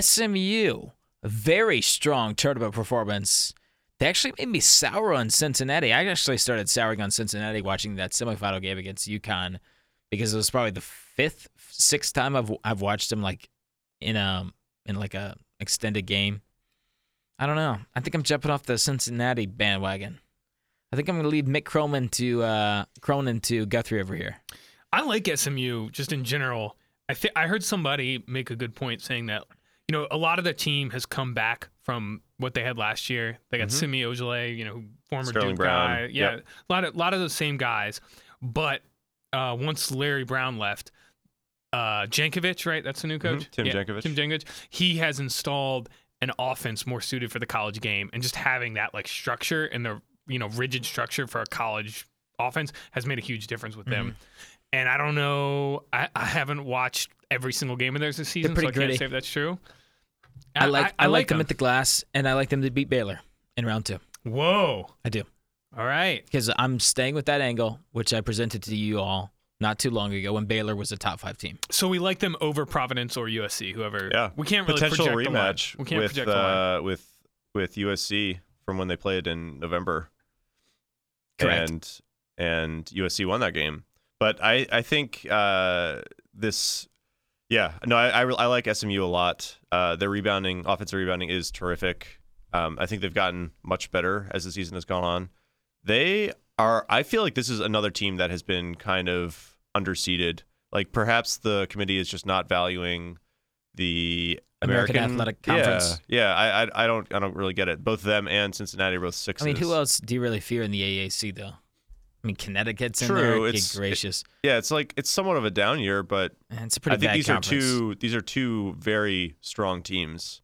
[SPEAKER 3] SMU, very strong tournament performance. They actually made me sour on Cincinnati. I actually started souring on Cincinnati watching that semifinal game against UConn because it was probably the fifth, sixth time I've I've watched them like in a in like a extended game. I don't know. I think I'm jumping off the Cincinnati bandwagon. I think I'm gonna leave Mick Cronin to uh, Cronin to Guthrie over here.
[SPEAKER 1] I like SMU just in general. I thi- I heard somebody make a good point saying that you know a lot of the team has come back from what they had last year. They got Simi Ojeley, you know, who- former
[SPEAKER 2] Mm-hmm. Sterling
[SPEAKER 1] Duke
[SPEAKER 2] Brown.
[SPEAKER 1] guy. Yeah, a lot of lot of those same guys. But uh, once Larry Brown left, uh, Jankovic, right? That's the new coach,
[SPEAKER 2] Mm-hmm. Tim Jankovic.
[SPEAKER 1] Tim Jankovic. He has installed an offense more suited for the college game, and just having that like structure and the you know rigid structure for a college offense has made a huge difference with them.
[SPEAKER 3] Mm-hmm.
[SPEAKER 1] And I don't know. I, I haven't watched every single game of theirs this season, so
[SPEAKER 3] pretty
[SPEAKER 1] I
[SPEAKER 3] gritty.
[SPEAKER 1] can't say if that's true.
[SPEAKER 3] I like I, like them
[SPEAKER 1] them.
[SPEAKER 3] at the glass, and I like them to beat Baylor in round two.
[SPEAKER 1] Whoa!
[SPEAKER 3] I do
[SPEAKER 1] All right.
[SPEAKER 3] because I'm staying with that angle, which I presented to you all not too long ago when Baylor was a top five team.
[SPEAKER 1] So we like them over Providence or USC, whoever.
[SPEAKER 2] Yeah.
[SPEAKER 1] We can't really
[SPEAKER 2] Potential
[SPEAKER 1] project the line.
[SPEAKER 2] rematch
[SPEAKER 1] We can't
[SPEAKER 2] with,
[SPEAKER 1] project the line.
[SPEAKER 2] uh, with, with USC from when they played in November.
[SPEAKER 3] Correct.
[SPEAKER 2] And, and USC won that game. But I, I think uh, this, yeah, no, I, I, re- I like SMU a lot. Uh, their rebounding, offensive rebounding is terrific. Um, I think they've gotten much better as the season has gone on. They are. I feel like this is another team that has been kind of underseeded. Like perhaps the committee is just not valuing the
[SPEAKER 3] American
[SPEAKER 2] American,
[SPEAKER 3] Athletic
[SPEAKER 2] Yeah,
[SPEAKER 3] Conference.
[SPEAKER 2] Yeah, I, I, I don't, I don't really get it. Both them and Cincinnati are both
[SPEAKER 3] I
[SPEAKER 2] sixes.
[SPEAKER 3] mean, who else do you really fear in the AAC though? I mean, Connecticut's in
[SPEAKER 2] True,
[SPEAKER 3] there. Good
[SPEAKER 2] it's-
[SPEAKER 3] gracious,
[SPEAKER 2] Yeah, it's like it's somewhat of a down year, but
[SPEAKER 3] And it's a pretty
[SPEAKER 2] I think
[SPEAKER 3] bad
[SPEAKER 2] these
[SPEAKER 3] conference.
[SPEAKER 2] are two these are two very strong teams.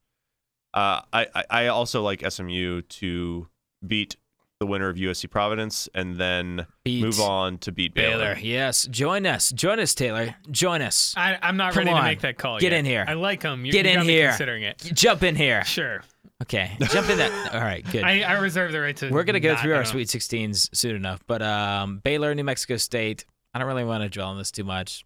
[SPEAKER 2] Uh, I, I I also like SMU to beat the winner of USC Providence and then
[SPEAKER 3] Beat
[SPEAKER 2] move on to beat Baylor.
[SPEAKER 3] Baylor. Yes, join us, join us, Taylor, join us.
[SPEAKER 1] I, I'm not
[SPEAKER 3] Come
[SPEAKER 1] ready
[SPEAKER 3] on.
[SPEAKER 1] to make that call
[SPEAKER 3] Get
[SPEAKER 1] yet.
[SPEAKER 3] in here.
[SPEAKER 1] I like them. You,
[SPEAKER 3] Get
[SPEAKER 1] you
[SPEAKER 3] in
[SPEAKER 1] got me
[SPEAKER 3] here.
[SPEAKER 1] considering it.
[SPEAKER 3] Jump in here.
[SPEAKER 1] Sure.
[SPEAKER 3] Okay, jump in that. All right, good.
[SPEAKER 1] I, I reserve the right to.
[SPEAKER 3] We're gonna go
[SPEAKER 1] not-
[SPEAKER 3] through
[SPEAKER 1] I
[SPEAKER 3] our
[SPEAKER 1] don't know.
[SPEAKER 3] Sweet 16s soon enough, but um, Baylor, New Mexico State. I don't really want to dwell on this too much.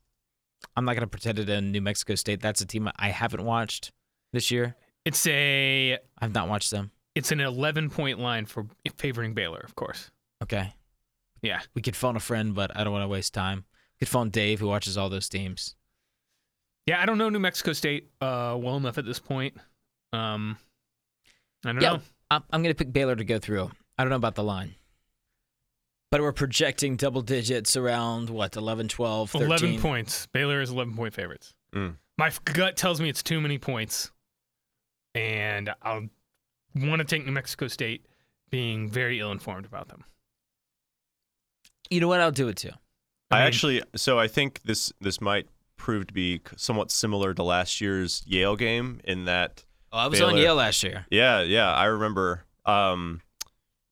[SPEAKER 3] I'm not gonna pretend it in New Mexico State. That's a team I haven't watched this year.
[SPEAKER 1] It's a
[SPEAKER 3] I've not watched them.
[SPEAKER 1] it's an 11 point line for favoring Baylor, of course.
[SPEAKER 3] Okay,
[SPEAKER 1] Yeah.
[SPEAKER 3] we could phone a friend, but I don't want to waste time. We could phone Dave, who watches all those teams.
[SPEAKER 1] Yeah, I don't know New Mexico State uh, well enough at this point. Um, I don't
[SPEAKER 3] Yeah,
[SPEAKER 1] know.
[SPEAKER 3] I'm, I'm gonna pick Baylor to go through. I don't know about the line, but we're projecting double digits around what 11, 12, 13.
[SPEAKER 1] 11 points. Baylor is 11 point favorites.
[SPEAKER 2] Mm.
[SPEAKER 1] My f- gut tells me it's too many points. And I'll want to take New Mexico State being very ill informed about them.
[SPEAKER 3] You know what? I'll do it too.
[SPEAKER 1] I
[SPEAKER 2] I,
[SPEAKER 1] mean-
[SPEAKER 2] actually, so I think this this might prove to be somewhat similar to last year's Yale game in that,
[SPEAKER 3] Oh, I was on
[SPEAKER 2] Baylor.
[SPEAKER 3] Yale last year.
[SPEAKER 2] yeah, yeah, I remember. Um,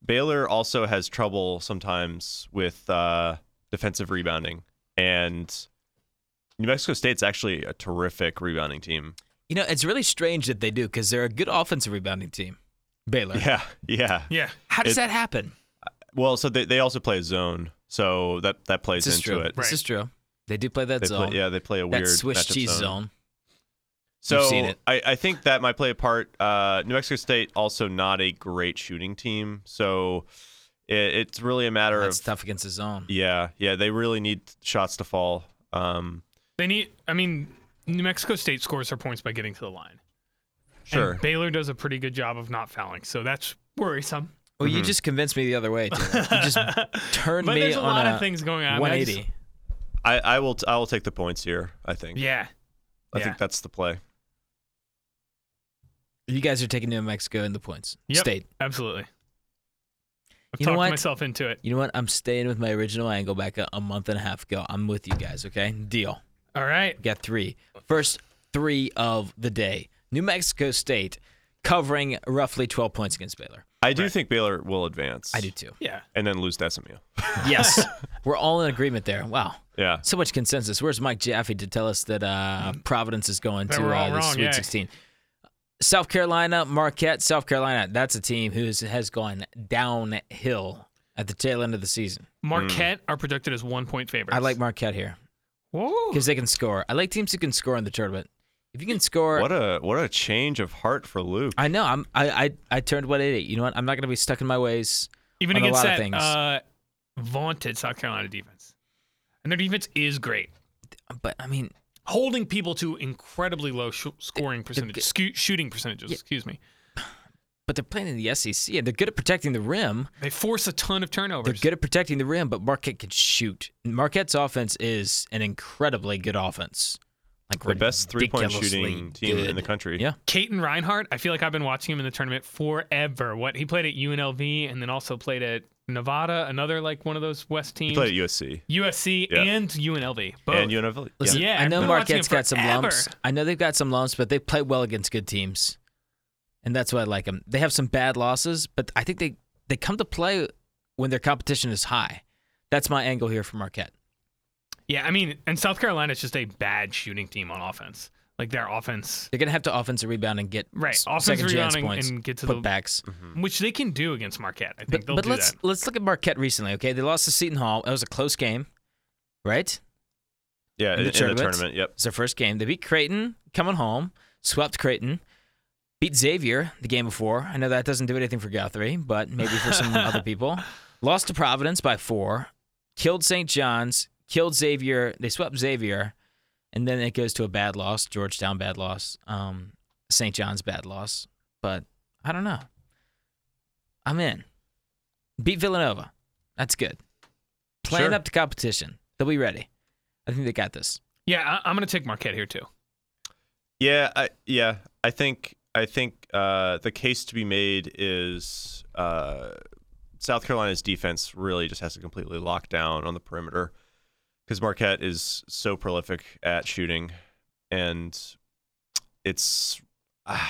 [SPEAKER 2] Baylor also has trouble sometimes with uh, defensive rebounding, and New Mexico State's actually a terrific rebounding team.
[SPEAKER 3] You know, it's really strange that they do because they're a good offensive rebounding team. Baylor.
[SPEAKER 2] Yeah, yeah.
[SPEAKER 1] Yeah.
[SPEAKER 3] How does
[SPEAKER 2] It-
[SPEAKER 3] that happen?
[SPEAKER 2] Well, so they, they also play a zone, so that that plays
[SPEAKER 3] This is
[SPEAKER 2] into
[SPEAKER 3] true.
[SPEAKER 2] it.
[SPEAKER 3] This
[SPEAKER 1] Right.
[SPEAKER 3] is true. They do play that
[SPEAKER 2] They
[SPEAKER 3] zone.
[SPEAKER 2] play, yeah, they play a
[SPEAKER 3] that
[SPEAKER 2] weird
[SPEAKER 3] Swiss
[SPEAKER 2] matchup
[SPEAKER 3] cheese zone.
[SPEAKER 2] So
[SPEAKER 3] You've seen it.
[SPEAKER 2] I, I think that might play a part. Uh, New Mexico State also not a great shooting team, so It, it's really a matter
[SPEAKER 3] That's
[SPEAKER 2] of
[SPEAKER 3] tough against the zone.
[SPEAKER 2] yeah, yeah. They really need shots to fall. Um,
[SPEAKER 1] They need. I mean, New Mexico State scores their points by getting to the line. And
[SPEAKER 2] sure.
[SPEAKER 1] Baylor does a pretty good job of not fouling, so that's worrisome.
[SPEAKER 3] Well,
[SPEAKER 2] mm-hmm.
[SPEAKER 3] you just convinced me the other way. Taylor. You just turned
[SPEAKER 1] But
[SPEAKER 3] me
[SPEAKER 1] there's a
[SPEAKER 3] on
[SPEAKER 1] lot of things going on. I just-
[SPEAKER 3] 180.
[SPEAKER 2] I, I will. T- I will take the points here. I think.
[SPEAKER 1] yeah.
[SPEAKER 2] I
[SPEAKER 1] yeah.
[SPEAKER 2] think that's the play.
[SPEAKER 3] You guys are taking New Mexico in the points.
[SPEAKER 1] Yep.
[SPEAKER 3] State.
[SPEAKER 1] Absolutely. I've
[SPEAKER 3] You know
[SPEAKER 1] talked
[SPEAKER 3] what?
[SPEAKER 1] myself into it.
[SPEAKER 3] You know what? I'm staying with my original angle back a, a month and a half ago. I'm with you guys, okay? Deal.
[SPEAKER 1] All right.
[SPEAKER 3] Got three. First three of the day. New Mexico State covering roughly 12 points against Baylor.
[SPEAKER 2] I do think Baylor will advance.
[SPEAKER 3] I do too.
[SPEAKER 1] Yeah.
[SPEAKER 2] And then lose to SMU.
[SPEAKER 3] Yes. We're all in agreement there. Wow.
[SPEAKER 2] Yeah.
[SPEAKER 3] So much consensus. Where's Mike Jaffe to tell us that uh, Providence is going
[SPEAKER 1] That
[SPEAKER 3] to
[SPEAKER 1] Hmm. we're
[SPEAKER 3] uh,
[SPEAKER 1] all
[SPEAKER 3] the
[SPEAKER 1] wrong,
[SPEAKER 3] Sweet
[SPEAKER 1] yeah.
[SPEAKER 3] 16? South Carolina, Marquette, South Carolina. That's a team who has gone downhill at the tail end of the season.
[SPEAKER 1] Marquette
[SPEAKER 2] Hmm.
[SPEAKER 1] are projected as one point favorites.
[SPEAKER 3] I like Marquette here
[SPEAKER 1] Whoa.
[SPEAKER 3] because they can score. I like teams who can score in the tournament. If you can score,
[SPEAKER 2] What a what a change of heart for Luke.
[SPEAKER 3] I know. I'm. I, I. I turned 180. You know what? I'm not going to be stuck in my ways.
[SPEAKER 1] Even
[SPEAKER 3] on a
[SPEAKER 1] against
[SPEAKER 3] lot
[SPEAKER 1] that
[SPEAKER 3] of things.
[SPEAKER 1] uh, vaunted South Carolina defense, and their defense is great,
[SPEAKER 3] But I mean,
[SPEAKER 1] holding people to incredibly low sh- scoring percentages, scu- shooting percentages. Excuse me.
[SPEAKER 3] but they're playing in the SEC and they're good at protecting the rim.
[SPEAKER 1] They force a ton of
[SPEAKER 3] They're
[SPEAKER 1] turnovers.
[SPEAKER 3] good at protecting the rim, but Marquette can shoot. Marquette's offense is an incredibly good offense. Like
[SPEAKER 2] The best three point shooting
[SPEAKER 3] ridiculously
[SPEAKER 2] team in the
[SPEAKER 3] good.
[SPEAKER 2] country.
[SPEAKER 3] Yeah.
[SPEAKER 1] Caton Reinhardt, I feel like I've been watching him in the tournament forever. What he played at UNLV and then also played at Nevada, another like one of those West
[SPEAKER 2] He
[SPEAKER 1] teams,
[SPEAKER 2] played at USC
[SPEAKER 1] USC
[SPEAKER 2] Yeah.
[SPEAKER 1] and UNLV. Both.
[SPEAKER 2] and UNLV.
[SPEAKER 3] Listen,
[SPEAKER 1] Yeah,
[SPEAKER 3] I know
[SPEAKER 1] I've been watching
[SPEAKER 3] Marquette's
[SPEAKER 1] him
[SPEAKER 3] got some
[SPEAKER 1] forever.
[SPEAKER 3] lumps. I know they've got some lumps, but they play well against good teams, and that's why I like them. They have some bad losses, but I think they they come to play when their competition is high. That's my angle here for Marquette.
[SPEAKER 1] yeah, I mean, and South Carolina is just a bad shooting team on offense. Like their offense,
[SPEAKER 3] They're gonna have to offensive rebound and get
[SPEAKER 1] Right,
[SPEAKER 3] s-
[SPEAKER 1] offensive
[SPEAKER 3] second chance
[SPEAKER 1] rebounding
[SPEAKER 3] points,
[SPEAKER 1] and get to the-
[SPEAKER 3] putbacks.
[SPEAKER 2] Mm-hmm.
[SPEAKER 1] which they can do against Marquette, I think
[SPEAKER 3] But,
[SPEAKER 1] they'll
[SPEAKER 3] but
[SPEAKER 1] do
[SPEAKER 3] let's
[SPEAKER 1] that.
[SPEAKER 3] let's look at Marquette recently. Okay, they lost to Seton Hall. It was a close game, right?
[SPEAKER 2] Yeah, in,
[SPEAKER 3] In the
[SPEAKER 2] in the
[SPEAKER 3] tournament?
[SPEAKER 2] tournament. Yep.
[SPEAKER 3] It's their first game. They beat Creighton coming home, swept Creighton, beat Xavier the game before. I know that doesn't do anything for Guthrie, but maybe for some other people. Lost to Providence by four, killed St. John's, killed Xavier. They swept Xavier, and then it goes to a bad loss. Georgetown bad loss. Um, St. John's bad loss. But I don't know. I'm in. Beat Villanova. That's good. Playing
[SPEAKER 1] Sure.
[SPEAKER 3] up to competition. They'll be ready. I think they got this.
[SPEAKER 1] Yeah, I, I'm going to take Marquette here too.
[SPEAKER 2] Yeah, I, yeah. I think I think uh, the case to be made is uh, South Carolina's defense really just has to completely lock down on the perimeter because Marquette is so prolific at shooting, and it's.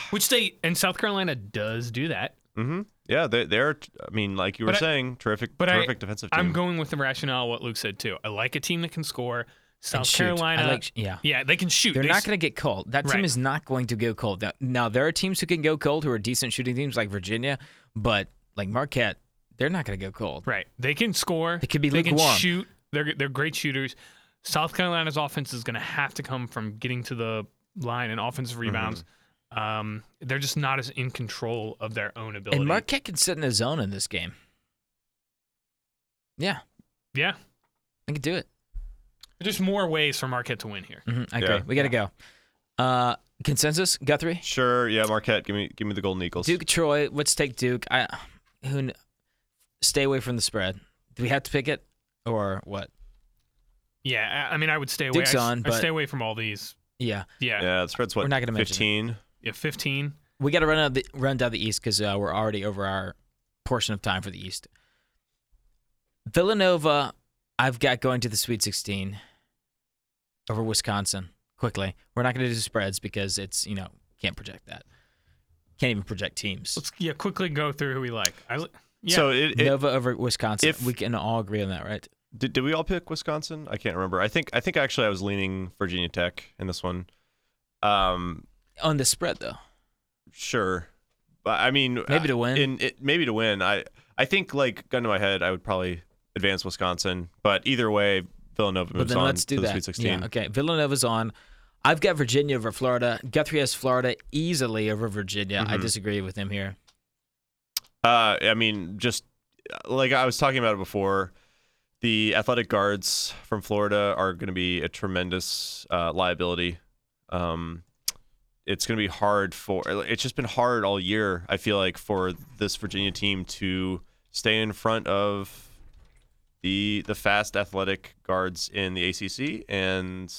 [SPEAKER 1] Which they and South Carolina does do that.
[SPEAKER 2] hmm Yeah, they, they're. I mean, like you were
[SPEAKER 1] But I-
[SPEAKER 2] saying, terrific,
[SPEAKER 1] but I-
[SPEAKER 2] terrific defensive team.
[SPEAKER 1] I'm going with the rationale what Luke said too. I like a team that can score. South
[SPEAKER 3] shoot. I
[SPEAKER 1] Carolina,
[SPEAKER 3] like- yeah.
[SPEAKER 1] yeah, they can shoot.
[SPEAKER 3] They're
[SPEAKER 1] They
[SPEAKER 3] not
[SPEAKER 1] s-
[SPEAKER 3] going to get cold. That team
[SPEAKER 1] Right.
[SPEAKER 3] is not going to go cold. Now, now, there are teams who can go cold who are decent shooting teams like Virginia, but like Marquette, they're not going to go cold.
[SPEAKER 1] right. They can score.
[SPEAKER 3] They could be
[SPEAKER 1] They can
[SPEAKER 3] lukewarm.
[SPEAKER 1] shoot. They're they're great shooters. South Carolina's offense is going to have to come from getting to the line and offensive
[SPEAKER 3] Mm-hmm.
[SPEAKER 1] rebounds. Um, they're just not as in control of their own ability.
[SPEAKER 3] And Marquette can sit in a zone in this game. Yeah,
[SPEAKER 1] yeah,
[SPEAKER 3] they can do it.
[SPEAKER 1] just more ways for Marquette to win here.
[SPEAKER 3] hmm I
[SPEAKER 2] Yeah.
[SPEAKER 3] agree. We got to go. Uh, consensus, Guthrie,
[SPEAKER 2] Sure. Yeah, Marquette. Give me, give me the Golden Eagles.
[SPEAKER 3] Duke, Troy. Let's take Duke. I, who, kn- stay away from the spread. Do we have to pick it or what?
[SPEAKER 1] Yeah, I, I mean, I would stay away.
[SPEAKER 3] Duke's
[SPEAKER 1] I, s-
[SPEAKER 3] on,
[SPEAKER 1] I
[SPEAKER 3] but-
[SPEAKER 1] stay away from all these.
[SPEAKER 3] Yeah,
[SPEAKER 1] Yeah, yeah,
[SPEAKER 2] Yeah, the spread's what?
[SPEAKER 3] We're not gonna mention
[SPEAKER 2] fifteen.
[SPEAKER 3] it.
[SPEAKER 1] fifteen.
[SPEAKER 3] we got to run out the, run down the east because uh, we're already over our portion of time for the east. Villanova, I've got going to the Sweet 16 over Wisconsin quickly. We're not going to do spreads because it's you know can't project that, can't even project teams.
[SPEAKER 1] Let's yeah quickly go through who we like. I, li- yeah,
[SPEAKER 2] So it, it
[SPEAKER 3] Nova over Wisconsin.
[SPEAKER 2] if-
[SPEAKER 3] we can all agree on that, right?
[SPEAKER 2] Did, did we all pick Wisconsin? I can't remember. I think I think actually I was leaning Virginia Tech in this one. Um,
[SPEAKER 3] On the spread though,
[SPEAKER 2] sure, but I mean uh,
[SPEAKER 3] Maybe to win.
[SPEAKER 2] In it, maybe to win. I I think like gun to my head, I would probably advance Wisconsin. But either way, Villanova
[SPEAKER 3] but
[SPEAKER 2] moves
[SPEAKER 3] then
[SPEAKER 2] on
[SPEAKER 3] let's do
[SPEAKER 2] to the
[SPEAKER 3] that.
[SPEAKER 2] Sweet Sixteen.
[SPEAKER 3] Yeah, okay. Villanova's on. I've got Virginia over Florida. Guthrie has Florida
[SPEAKER 2] Mm-hmm.
[SPEAKER 3] easily over Virginia. I disagree with him here.
[SPEAKER 2] Uh, I mean, just like I was talking about it before, the athletic guards from Florida are going to be a tremendous uh, liability. Um, it's going to be hard for. It's just been hard all year. I feel like for this Virginia team to stay in front of the the fast athletic guards in the ACC, and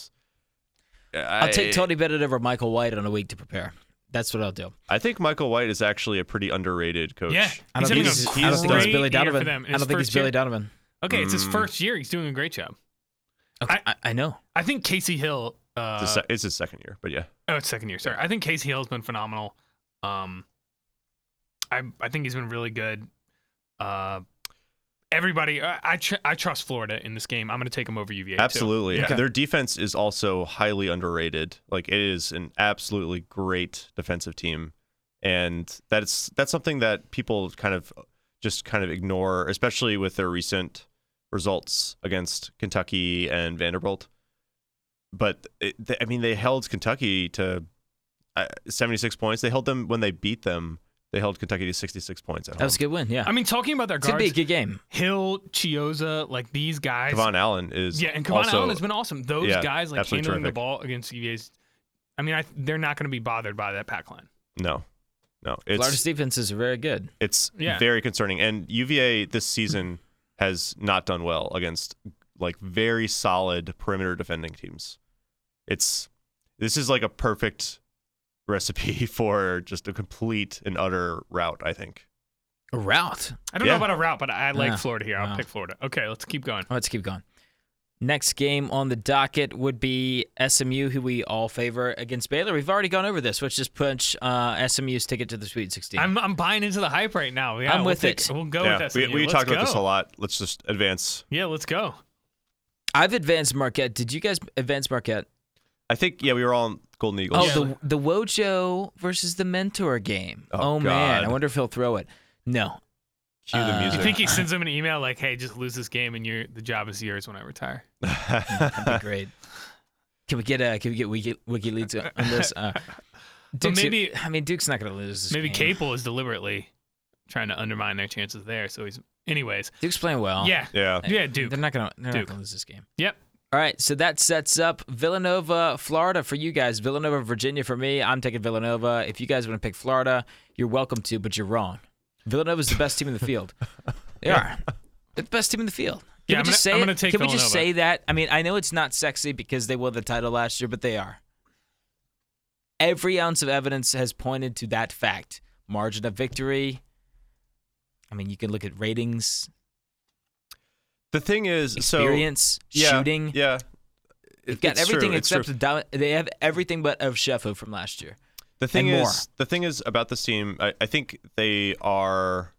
[SPEAKER 3] I'll take Tony Bennett over Michael White on a week to prepare. That's what I'll do.
[SPEAKER 2] I think Michael White is actually a pretty underrated coach.
[SPEAKER 1] Yeah,
[SPEAKER 3] I don't
[SPEAKER 1] having
[SPEAKER 3] think
[SPEAKER 1] a
[SPEAKER 2] he's-
[SPEAKER 3] he's,
[SPEAKER 2] he's
[SPEAKER 3] I don't think
[SPEAKER 2] done-
[SPEAKER 3] he's
[SPEAKER 1] great
[SPEAKER 3] Billy
[SPEAKER 1] year for
[SPEAKER 3] Donovan.
[SPEAKER 1] them.
[SPEAKER 3] I don't
[SPEAKER 1] His
[SPEAKER 3] think he's
[SPEAKER 1] first
[SPEAKER 3] Billy
[SPEAKER 1] year-
[SPEAKER 3] Donovan.
[SPEAKER 1] Okay, it's his
[SPEAKER 2] Mm.
[SPEAKER 1] first year. He's doing a great job.
[SPEAKER 3] Okay, I, I know.
[SPEAKER 1] I think Casey Hill. Uh,
[SPEAKER 2] It's, his se- it's his second year, but yeah.
[SPEAKER 1] oh, it's second year. Sorry, I think Casey Hill has been phenomenal. Um, I I think he's been really good. Uh, everybody, I I, tr- I trust Florida in this game. I'm going to take them over UVA. too.
[SPEAKER 2] Absolutely.
[SPEAKER 1] Yeah.
[SPEAKER 2] Their defense is also highly underrated. Like it is an absolutely great defensive team. And that's that's something that people kind of just kind of ignore, especially with their recent results against Kentucky and Vanderbilt. But it, they, I mean, they held Kentucky to uh, 76 points. They held them when they beat them. They held Kentucky to 66 points at home.
[SPEAKER 3] That was a good win. Yeah,
[SPEAKER 1] I mean, talking about their
[SPEAKER 3] it's gonna
[SPEAKER 1] guards,
[SPEAKER 3] be a good game.
[SPEAKER 1] Hill, Chioza, like these guys.
[SPEAKER 2] Kevon Allen is
[SPEAKER 1] yeah, and Kevon
[SPEAKER 2] also,
[SPEAKER 1] Allen has been awesome. Those
[SPEAKER 2] yeah,
[SPEAKER 1] guys like handling
[SPEAKER 2] absolutely
[SPEAKER 1] the
[SPEAKER 2] terrific.
[SPEAKER 1] ball against UVA's. I mean, I, they're not going to be bothered by that pack line.
[SPEAKER 2] no, no. It's
[SPEAKER 3] Florida's defenses are very good.
[SPEAKER 2] It's
[SPEAKER 1] Yeah.
[SPEAKER 2] very concerning. And UVA this season has not done well against like very solid perimeter defending teams. It's this is like a perfect recipe for just a complete and utter rout, I think.
[SPEAKER 3] A route.
[SPEAKER 1] I don't
[SPEAKER 2] Yeah.
[SPEAKER 1] know about a route, but I like
[SPEAKER 3] Yeah.
[SPEAKER 1] Florida here. I'll
[SPEAKER 3] Wow.
[SPEAKER 1] pick Florida. Okay, let's keep going.
[SPEAKER 3] Oh, let's keep going. Next game on the docket would be SMU, who we all favor against Baylor. We've already gone over this, which just punch uh, SMU's ticket to the Sweet 16.
[SPEAKER 1] I'm, I'm buying into the hype right now. Yeah,
[SPEAKER 3] I'm
[SPEAKER 1] we'll
[SPEAKER 3] with
[SPEAKER 1] take-
[SPEAKER 3] it.
[SPEAKER 1] We'll go with
[SPEAKER 2] we,
[SPEAKER 1] SMU.
[SPEAKER 2] we
[SPEAKER 1] Let's
[SPEAKER 2] talked about
[SPEAKER 1] go.
[SPEAKER 2] this a lot. Let's just advance.
[SPEAKER 1] Yeah, let's go.
[SPEAKER 3] I've advanced Marquette. Did you guys advance Marquette?
[SPEAKER 2] I think yeah, we were all on Golden
[SPEAKER 3] Oh,
[SPEAKER 2] Eagles.
[SPEAKER 1] Yeah.
[SPEAKER 3] the the Wojo versus the Mentor game. Oh,
[SPEAKER 2] Oh,
[SPEAKER 3] man,
[SPEAKER 2] God.
[SPEAKER 3] I wonder if he'll throw it. No,
[SPEAKER 2] Cue the
[SPEAKER 3] uh,
[SPEAKER 1] You
[SPEAKER 2] music.
[SPEAKER 1] think he sends him an email like, "Hey, just lose this game and your the job is yours when I retire."
[SPEAKER 3] that'd be great. Can we get a can we get Wiki WikiLeaks on- on this? Uh, Duke's,
[SPEAKER 1] maybe-
[SPEAKER 3] I mean Duke's not going to lose. This
[SPEAKER 1] Maybe
[SPEAKER 3] game.
[SPEAKER 1] Capel is deliberately trying to undermine their chances there. So he's, anyways,
[SPEAKER 3] Duke's playing well.
[SPEAKER 1] yeah,
[SPEAKER 2] yeah.
[SPEAKER 1] yeah, Duke.
[SPEAKER 3] They're not going to. They're not
[SPEAKER 1] Duke.
[SPEAKER 3] going to lose this game.
[SPEAKER 1] Yep.
[SPEAKER 3] All right, so that sets up Villanova, Florida for you guys. Villanova, Virginia for me. I'm taking Villanova. If you guys want to pick Florida, you're welcome to, but you're wrong. Villanova's the best team in the field. They are. They're the best team in the field. Can
[SPEAKER 1] Yeah,
[SPEAKER 3] we
[SPEAKER 1] I'm gonna-
[SPEAKER 3] just say
[SPEAKER 1] I'm
[SPEAKER 3] it?
[SPEAKER 1] gonna take
[SPEAKER 3] Can we just
[SPEAKER 1] Villanova.
[SPEAKER 3] say that? I mean, I know it's not sexy because they won the title last year, but they are. Every ounce of evidence has pointed to that fact. Margin of victory. I mean, you can look at ratings,
[SPEAKER 2] The thing is so
[SPEAKER 3] experience,
[SPEAKER 2] yeah,
[SPEAKER 3] shooting.
[SPEAKER 2] Yeah.
[SPEAKER 3] They've got
[SPEAKER 2] It's true,
[SPEAKER 3] everything
[SPEAKER 2] it's true.
[SPEAKER 3] except the down, they have everything but of Sheffield from last year.
[SPEAKER 2] The thing
[SPEAKER 3] and
[SPEAKER 2] is,
[SPEAKER 3] more.
[SPEAKER 2] the thing is about this team. I, I think they are,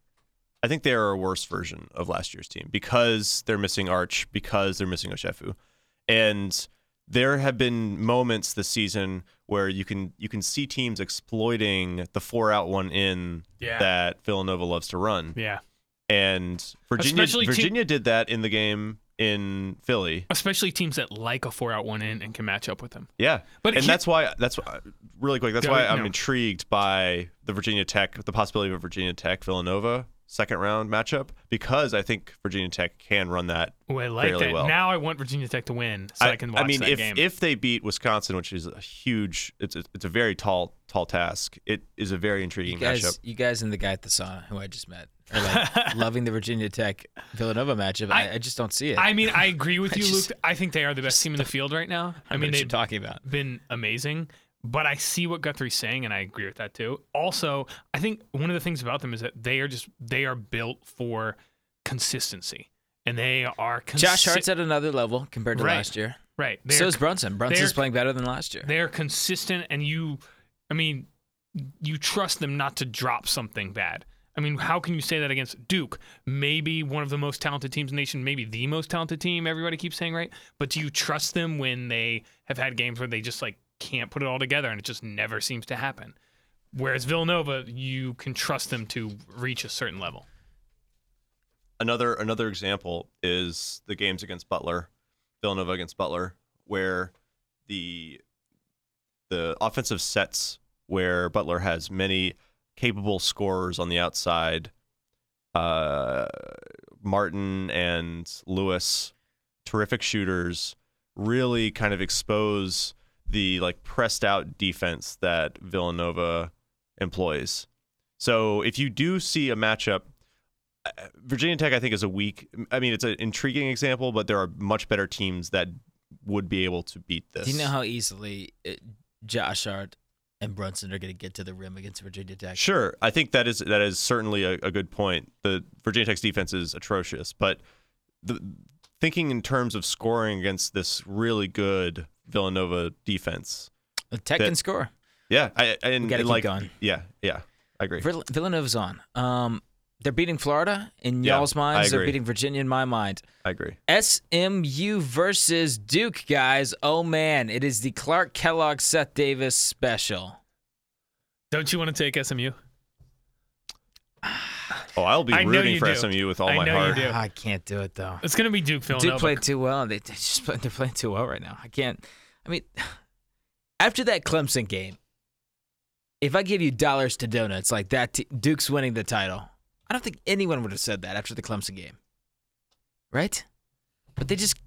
[SPEAKER 2] I think they are a worse version of last year's team because they're missing Arch, because they're missing Oshefu, and there have been moments this season where you can you can see teams exploiting the four out one in
[SPEAKER 1] Yeah.
[SPEAKER 2] that Villanova loves to run,
[SPEAKER 1] Yeah,
[SPEAKER 2] and Virginia
[SPEAKER 1] Especially te-
[SPEAKER 2] Virginia did that in the game in Philly.
[SPEAKER 1] especially teams that like a four out one in and can match up with them.
[SPEAKER 2] Yeah,
[SPEAKER 1] But
[SPEAKER 2] and
[SPEAKER 1] he-
[SPEAKER 2] that's why that's why, really quick. That's
[SPEAKER 1] Go
[SPEAKER 2] why
[SPEAKER 1] ahead,
[SPEAKER 2] I'm
[SPEAKER 1] no.
[SPEAKER 2] intrigued by the Virginia Tech, the possibility of a Virginia Tech Villanova second round matchup because I think Virginia Tech can run that.
[SPEAKER 1] Oh, I like
[SPEAKER 2] Fairly
[SPEAKER 1] that.
[SPEAKER 2] well.
[SPEAKER 1] Now I want Virginia Tech to win so I, can watch
[SPEAKER 2] I mean,
[SPEAKER 1] that
[SPEAKER 2] if
[SPEAKER 1] game.
[SPEAKER 2] if they beat Wisconsin, which is a huge, it's a, it's a very tall tall task. It is a very intriguing
[SPEAKER 3] You guys,
[SPEAKER 2] matchup.
[SPEAKER 3] you guys and the guy at the sauna who I just met are like loving the Virginia Tech Villanova matchup. I,
[SPEAKER 1] I-
[SPEAKER 3] I just don't see it.
[SPEAKER 1] I mean, I agree with you,
[SPEAKER 3] just-
[SPEAKER 1] Luke. I think they are the best team in the field right now. I mean,
[SPEAKER 3] What you're
[SPEAKER 1] they've
[SPEAKER 3] talking about.
[SPEAKER 1] been amazing, but I see what Guthrie's saying, and I agree with that too. Also, I think one of the things about them is that they are just they are built for consistency, and they are consi-
[SPEAKER 3] Josh Hart's at another level compared to
[SPEAKER 1] Right.
[SPEAKER 3] last year.
[SPEAKER 1] right. They
[SPEAKER 3] So
[SPEAKER 1] are,
[SPEAKER 3] is Brunson. Brunson's
[SPEAKER 1] they're-
[SPEAKER 3] playing better than last year.
[SPEAKER 1] they are consistent, and you, I mean, you trust them not to drop something bad. I mean, how can you say that against Duke? Maybe one of the most talented teams in the nation, maybe the most talented team, everybody keeps saying, right? But do you trust them when they have had games where they just like can't put it all together and it just never seems to happen? Whereas Villanova, you can trust them to reach a certain level.
[SPEAKER 2] Another another example is the games against Butler, Villanova against Butler, where the the offensive sets where Butler has many capable scorers on the outside uh, Martin and Lewis, terrific shooters, really kind of expose the like pressed out defense that Villanova employs. So if you do see a matchup, uh, Virginia Tech I think is a weak. I mean, it's an intriguing example, but there are much better teams that would be able to beat this.
[SPEAKER 3] Do you know how easily uh Josh Hart and Brunson are going to get to the rim against Virginia Tech?
[SPEAKER 2] Sure, I think that is that is certainly a, a good point. The Virginia Tech's defense is atrocious, but the, thinking in terms of scoring against this really good Villanova defense,
[SPEAKER 3] Tech
[SPEAKER 2] That-
[SPEAKER 3] can score.
[SPEAKER 2] yeah, I, I- and,
[SPEAKER 3] We gotta
[SPEAKER 2] and
[SPEAKER 3] keep
[SPEAKER 2] like
[SPEAKER 3] going.
[SPEAKER 2] yeah, yeah, I agree.
[SPEAKER 3] Vill- Villanova's on. Um, they're beating Florida in
[SPEAKER 2] Yeah,
[SPEAKER 3] y'all's
[SPEAKER 2] I
[SPEAKER 3] minds. They're
[SPEAKER 2] agree.
[SPEAKER 3] beating Virginia in my mind.
[SPEAKER 2] I agree.
[SPEAKER 3] SMU versus Duke, guys. Oh man, it is the Clark Kellogg Seth Davis special.
[SPEAKER 1] Don't you want to take SMU?
[SPEAKER 2] Oh, I'll be
[SPEAKER 1] I know
[SPEAKER 2] rooting
[SPEAKER 1] you
[SPEAKER 2] for
[SPEAKER 1] do.
[SPEAKER 2] SMU with all
[SPEAKER 1] I
[SPEAKER 2] my
[SPEAKER 1] know you
[SPEAKER 2] heart.
[SPEAKER 1] do. Yeah.
[SPEAKER 3] Ah, I can't do it though.
[SPEAKER 1] It's gonna be Duke Villanova.
[SPEAKER 3] Duke played too well. They they just play, they're playing too well right now. I can't. I mean, after that Clemson game, if I give you dollars to donuts like that, t- Duke's winning the title. I don't think anyone would have said that after the Clemson game, right? But they just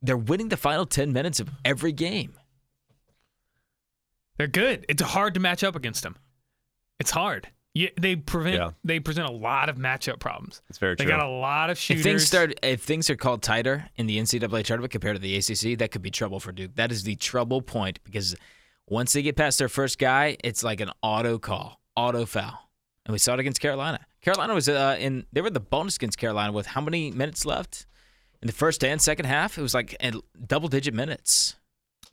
[SPEAKER 3] they're winning the final ten minutes of every game.
[SPEAKER 1] They're good. It's hard to match up against them. It's hard. Yeah, they prevent.
[SPEAKER 2] Yeah.
[SPEAKER 1] They present a lot of matchup problems.
[SPEAKER 2] It's very
[SPEAKER 1] They
[SPEAKER 2] true.
[SPEAKER 1] got a lot of shooters.
[SPEAKER 3] If things start, if things are called tighter in the NCAA tournament compared to the ACC, that could be trouble for Duke. That is the trouble point because once they get past their first guy, it's like an auto call, auto foul, and we saw it against Carolina. Carolina was uh, in; they were the bonus against Carolina with how many minutes left in the first and second half? It was like double digit minutes.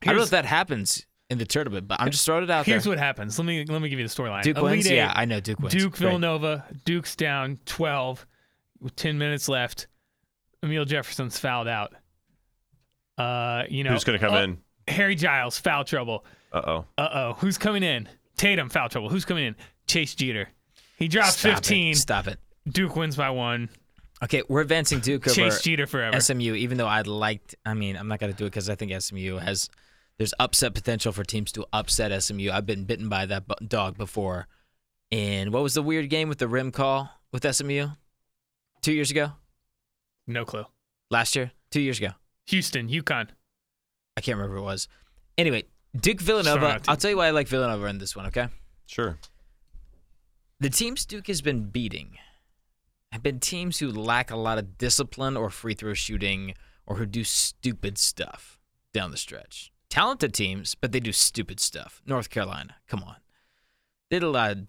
[SPEAKER 3] I don't know
[SPEAKER 1] Here's-
[SPEAKER 3] if that happens in the tournament, but I'm just throwing it out there.
[SPEAKER 1] Here's what happens. Let me let me give you the storyline.
[SPEAKER 3] Duke
[SPEAKER 1] Elite
[SPEAKER 3] wins.
[SPEAKER 1] Eight,
[SPEAKER 3] Yeah, I know Duke wins.
[SPEAKER 1] Duke
[SPEAKER 3] Great.
[SPEAKER 1] Villanova. Duke's down 12 with 10 minutes left. Emil Jefferson's fouled out. Uh, you know
[SPEAKER 2] Who's going to come
[SPEAKER 1] oh,
[SPEAKER 2] in?
[SPEAKER 1] Harry Giles foul trouble.
[SPEAKER 2] Uh oh.
[SPEAKER 1] Uh oh, who's coming in? Tatum foul trouble. Who's coming in? Chase Jeter. He drops
[SPEAKER 3] Stop it.
[SPEAKER 1] 15.
[SPEAKER 3] Stop it.
[SPEAKER 1] Duke wins by one.
[SPEAKER 3] Okay, we're advancing Duke over
[SPEAKER 1] Chase Jeter forever.
[SPEAKER 3] SMU, even though I'd liked, I mean, I'm not going to do it because I think SMU has, there's upset potential for teams to upset SMU. I've been bitten by that bu- dog before. And what was the weird game with the rim call with SMU? Two years ago?
[SPEAKER 1] no clue.
[SPEAKER 3] Last year? Two years ago?
[SPEAKER 1] Houston, UConn.
[SPEAKER 3] I can't remember what it was. Anyway, Duke
[SPEAKER 1] Sorry, I
[SPEAKER 3] Villanova.
[SPEAKER 1] didn't-
[SPEAKER 3] I'll tell you why I like Villanova in this one, okay?
[SPEAKER 2] Sure.
[SPEAKER 3] The teams Duke has been beating have been teams who lack a lot of discipline or free throw shooting or who do stupid stuff down the stretch. Talented teams, but they do stupid stuff. North Carolina, come on. They did a lot of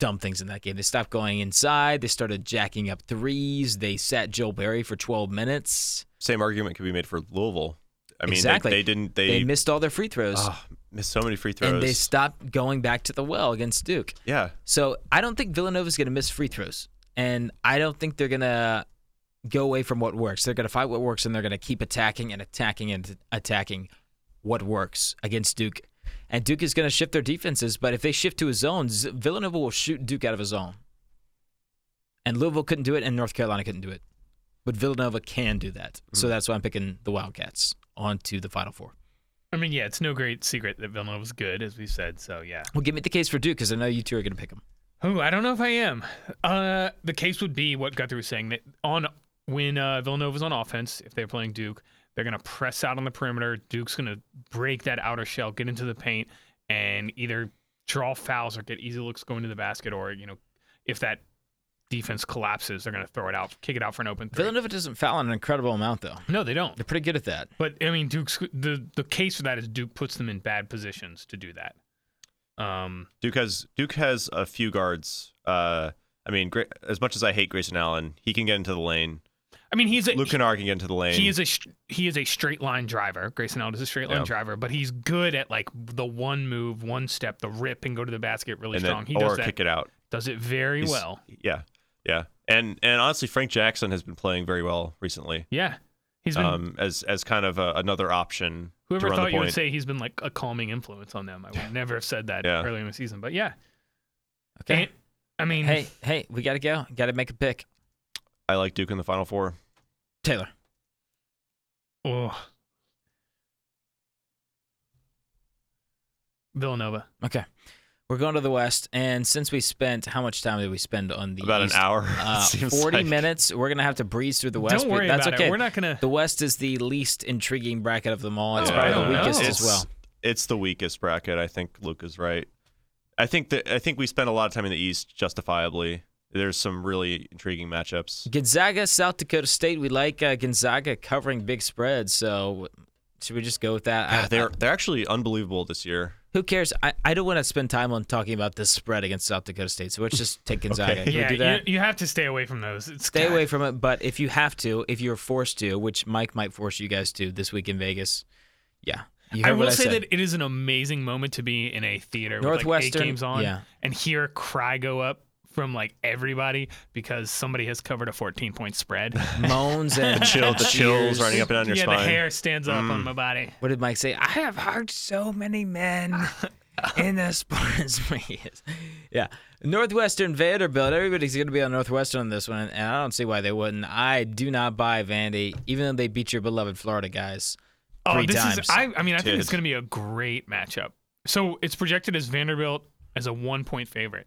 [SPEAKER 3] dumb things in that game. They stopped going inside. They started jacking up threes. They sat Joe Barry for 12 minutes.
[SPEAKER 2] Same argument could be made for Louisville. I mean, they-
[SPEAKER 3] exactly.
[SPEAKER 2] they, didn't. They,
[SPEAKER 3] They missed all their free throws.
[SPEAKER 2] ah, missed so many free throws.
[SPEAKER 3] and they stopped going back to the well against Duke.
[SPEAKER 2] yeah.
[SPEAKER 3] So I don't think Villanova's going to miss free throws, and I don't think they're going to go away from what works. They're going to fight what works, and they're going to keep attacking and attacking and attacking what works against Duke. And Duke is going to shift their defenses, but if they shift to a zone, Z- Villanova will shoot Duke out of a zone. And Louisville couldn't do it, and North Carolina couldn't do it, but Villanova can do that. So that's why I'm picking the Wildcats onto the Final Four.
[SPEAKER 1] I mean, yeah, it's no great secret that Villanova's good, as we said. So yeah.
[SPEAKER 3] Well, give me the case for Duke, because I know you two are going to pick them.
[SPEAKER 1] Who I don't know if I am. Uh, the case would be what Guthrie was saying that on when uh, Villanova's on offense, if they're playing Duke, they're gonna press out on the perimeter. Duke's gonna break that outer shell, get into the paint, and either draw fouls or get easy looks going to the basket, or you know, if that defense collapses, they're gonna throw it out, kick it out for an open three.
[SPEAKER 3] Villanova doesn't foul an incredible amount, though.
[SPEAKER 1] no, they don't.
[SPEAKER 3] They're pretty good at that.
[SPEAKER 1] But I mean, Duke's the the case for that is Duke puts them in bad positions to do that. Um,
[SPEAKER 2] Duke has Duke has a few guards. Uh, I mean, Gra- as much as I hate Grayson Allen, he can get into the lane.
[SPEAKER 1] I mean, he's a,
[SPEAKER 2] Luke Kennard can get into the lane.
[SPEAKER 1] He is a sh- he is a straight line driver. Grayson Allen is a straight line
[SPEAKER 2] Yeah.
[SPEAKER 1] driver, but he's good at like the one move, one step, the rip and go to the basket really
[SPEAKER 2] and
[SPEAKER 1] strong. he
[SPEAKER 2] then, or
[SPEAKER 1] does that.
[SPEAKER 2] kick it out.
[SPEAKER 1] Does it very
[SPEAKER 2] He's-
[SPEAKER 1] well.
[SPEAKER 2] Yeah, yeah. And and honestly, Frank Jackson has been playing very well recently.
[SPEAKER 1] Yeah, he's been.
[SPEAKER 2] Um, as as kind of a, another option. to
[SPEAKER 1] whoever
[SPEAKER 2] run the
[SPEAKER 1] thought you would
[SPEAKER 2] point.
[SPEAKER 1] say he's been like a calming influence on them, I would never have said that
[SPEAKER 2] Yeah.
[SPEAKER 1] earlier in the season. But yeah,
[SPEAKER 3] Okay.
[SPEAKER 1] And- I mean,
[SPEAKER 3] Hey, hey, we gotta go. Gotta make a pick.
[SPEAKER 2] I like Duke in the Final Four.
[SPEAKER 3] Taylor.
[SPEAKER 1] oh. Villanova.
[SPEAKER 3] Okay. We're going to the West, and since we spent how much time did we spend on the
[SPEAKER 2] About an
[SPEAKER 3] East?
[SPEAKER 2] hour.
[SPEAKER 3] Uh,
[SPEAKER 2] it seems
[SPEAKER 3] Forty
[SPEAKER 2] like.
[SPEAKER 3] minutes. We're gonna have to breeze through the West.
[SPEAKER 1] Don't
[SPEAKER 3] but
[SPEAKER 1] worry
[SPEAKER 3] that's
[SPEAKER 1] about
[SPEAKER 3] okay.
[SPEAKER 1] it. We're not gonna.
[SPEAKER 3] The West is the least intriguing bracket of them all. It's
[SPEAKER 1] Oh,
[SPEAKER 3] probably
[SPEAKER 1] I don't
[SPEAKER 3] the weakest
[SPEAKER 1] know.
[SPEAKER 3] as well.
[SPEAKER 2] It's the weakest bracket. I think Luke is right. I think that I think we spent a lot of time in the East, justifiably. There's some really intriguing matchups.
[SPEAKER 3] Gonzaga, South Dakota State. We like uh, Gonzaga covering big spreads, so should we just go with that? I-
[SPEAKER 2] Ah, they're they're actually unbelievable this year.
[SPEAKER 3] who cares? I, I don't want to spend time on talking about this spread against South Dakota State, so let's just take Gonzaga. Can we
[SPEAKER 1] yeah,
[SPEAKER 3] do that?
[SPEAKER 1] you, you have to stay away from those. It's
[SPEAKER 3] Stay
[SPEAKER 1] God.
[SPEAKER 3] away from it, but if you have to, if you're forced to, which Mike might force you guys to this week in Vegas, yeah. You
[SPEAKER 1] I
[SPEAKER 3] heard what
[SPEAKER 1] will say
[SPEAKER 3] said.
[SPEAKER 1] that it is an amazing moment to be in a theater with like eight
[SPEAKER 3] Northwestern,
[SPEAKER 1] games on
[SPEAKER 3] yeah.
[SPEAKER 1] and hear cry go up from like everybody because somebody has covered a 14 point spread.
[SPEAKER 3] moans and
[SPEAKER 2] Chill, the chills
[SPEAKER 3] cheers.
[SPEAKER 2] running up and down your
[SPEAKER 1] yeah,
[SPEAKER 2] spine.
[SPEAKER 1] the hair stands up
[SPEAKER 3] Mm.
[SPEAKER 1] on my body.
[SPEAKER 3] What did Mike say? I have heard so many men in the sports media. Yeah. Northwestern Vanderbilt. Everybody's going to be on Northwestern on this one, and I don't see why they wouldn't. I do not buy Vandy, even though they beat your beloved Florida guys.
[SPEAKER 1] Oh,
[SPEAKER 3] three
[SPEAKER 1] this
[SPEAKER 3] times.
[SPEAKER 1] is. I, I mean, I think
[SPEAKER 2] Dude.
[SPEAKER 1] it's going to be a great matchup. So it's projected as Vanderbilt as a one point favorite.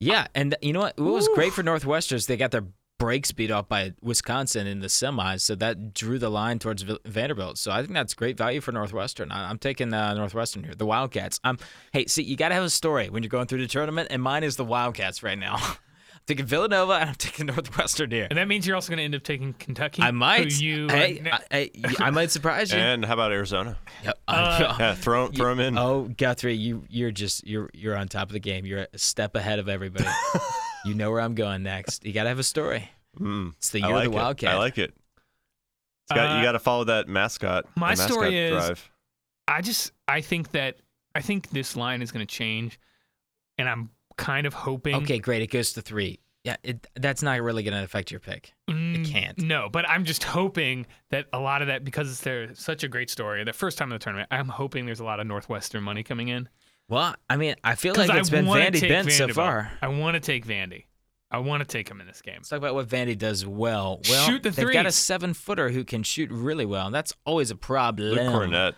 [SPEAKER 3] Yeah, and you know what? What was great for Northwestern is they got their breaks beat off by Wisconsin in the semis, so that drew the line towards V- Vanderbilt. So I think that's great value for Northwestern. I- I'm taking uh, Northwestern here, the Wildcats. Um, hey, see, you got to have a story when you're going through the tournament, and mine is the Wildcats right now. I'm taking Villanova, and I'm taking Northwestern here.
[SPEAKER 1] And that means you're also going to end up taking Kentucky.
[SPEAKER 3] I might,
[SPEAKER 1] Who you,
[SPEAKER 3] hey,
[SPEAKER 1] are
[SPEAKER 3] I,
[SPEAKER 1] ne- Eh.
[SPEAKER 3] I- I might surprise you.
[SPEAKER 2] And how about Arizona?
[SPEAKER 3] Yeah, uh,
[SPEAKER 2] Yeah, throw throw them in.
[SPEAKER 3] Oh, Guthrie, you you're just you're you're on top of the game. You're a step ahead of everybody. you know where I'm going next. You gotta have a story.
[SPEAKER 2] Mm,
[SPEAKER 3] It's the
[SPEAKER 2] I
[SPEAKER 3] year
[SPEAKER 2] like
[SPEAKER 3] of the
[SPEAKER 2] it.
[SPEAKER 3] Wildcat.
[SPEAKER 2] I like it. It's got- you
[SPEAKER 1] Uh,
[SPEAKER 2] got to follow that mascot. the
[SPEAKER 1] my
[SPEAKER 2] mascot
[SPEAKER 1] story is-
[SPEAKER 2] drive.
[SPEAKER 1] I just I think that I think this line is going to change, and I'm kind of hoping.
[SPEAKER 3] okay, great. It goes to three. Yeah, it, that's not really gonna affect your pick.
[SPEAKER 1] Mm,
[SPEAKER 3] can't.
[SPEAKER 1] No, but I'm just hoping that a lot of that because it's their such a great story. The first time in the tournament, I'm hoping there's a lot of Northwestern money coming in.
[SPEAKER 3] Well, I mean, I feel
[SPEAKER 1] 'Cause
[SPEAKER 3] like it's
[SPEAKER 1] I
[SPEAKER 3] been
[SPEAKER 1] wanna
[SPEAKER 3] Vandy
[SPEAKER 1] take
[SPEAKER 3] Bent so
[SPEAKER 1] Vanderbilt.
[SPEAKER 3] far.
[SPEAKER 1] I want to take Vandy. I want to take him in this game.
[SPEAKER 3] Let's talk about what Vandy does well. Well,
[SPEAKER 1] Shoot the
[SPEAKER 3] they've got a
[SPEAKER 1] threes.
[SPEAKER 3] seven footer who can shoot really well, and that's always a problem.
[SPEAKER 2] Luke Cornett.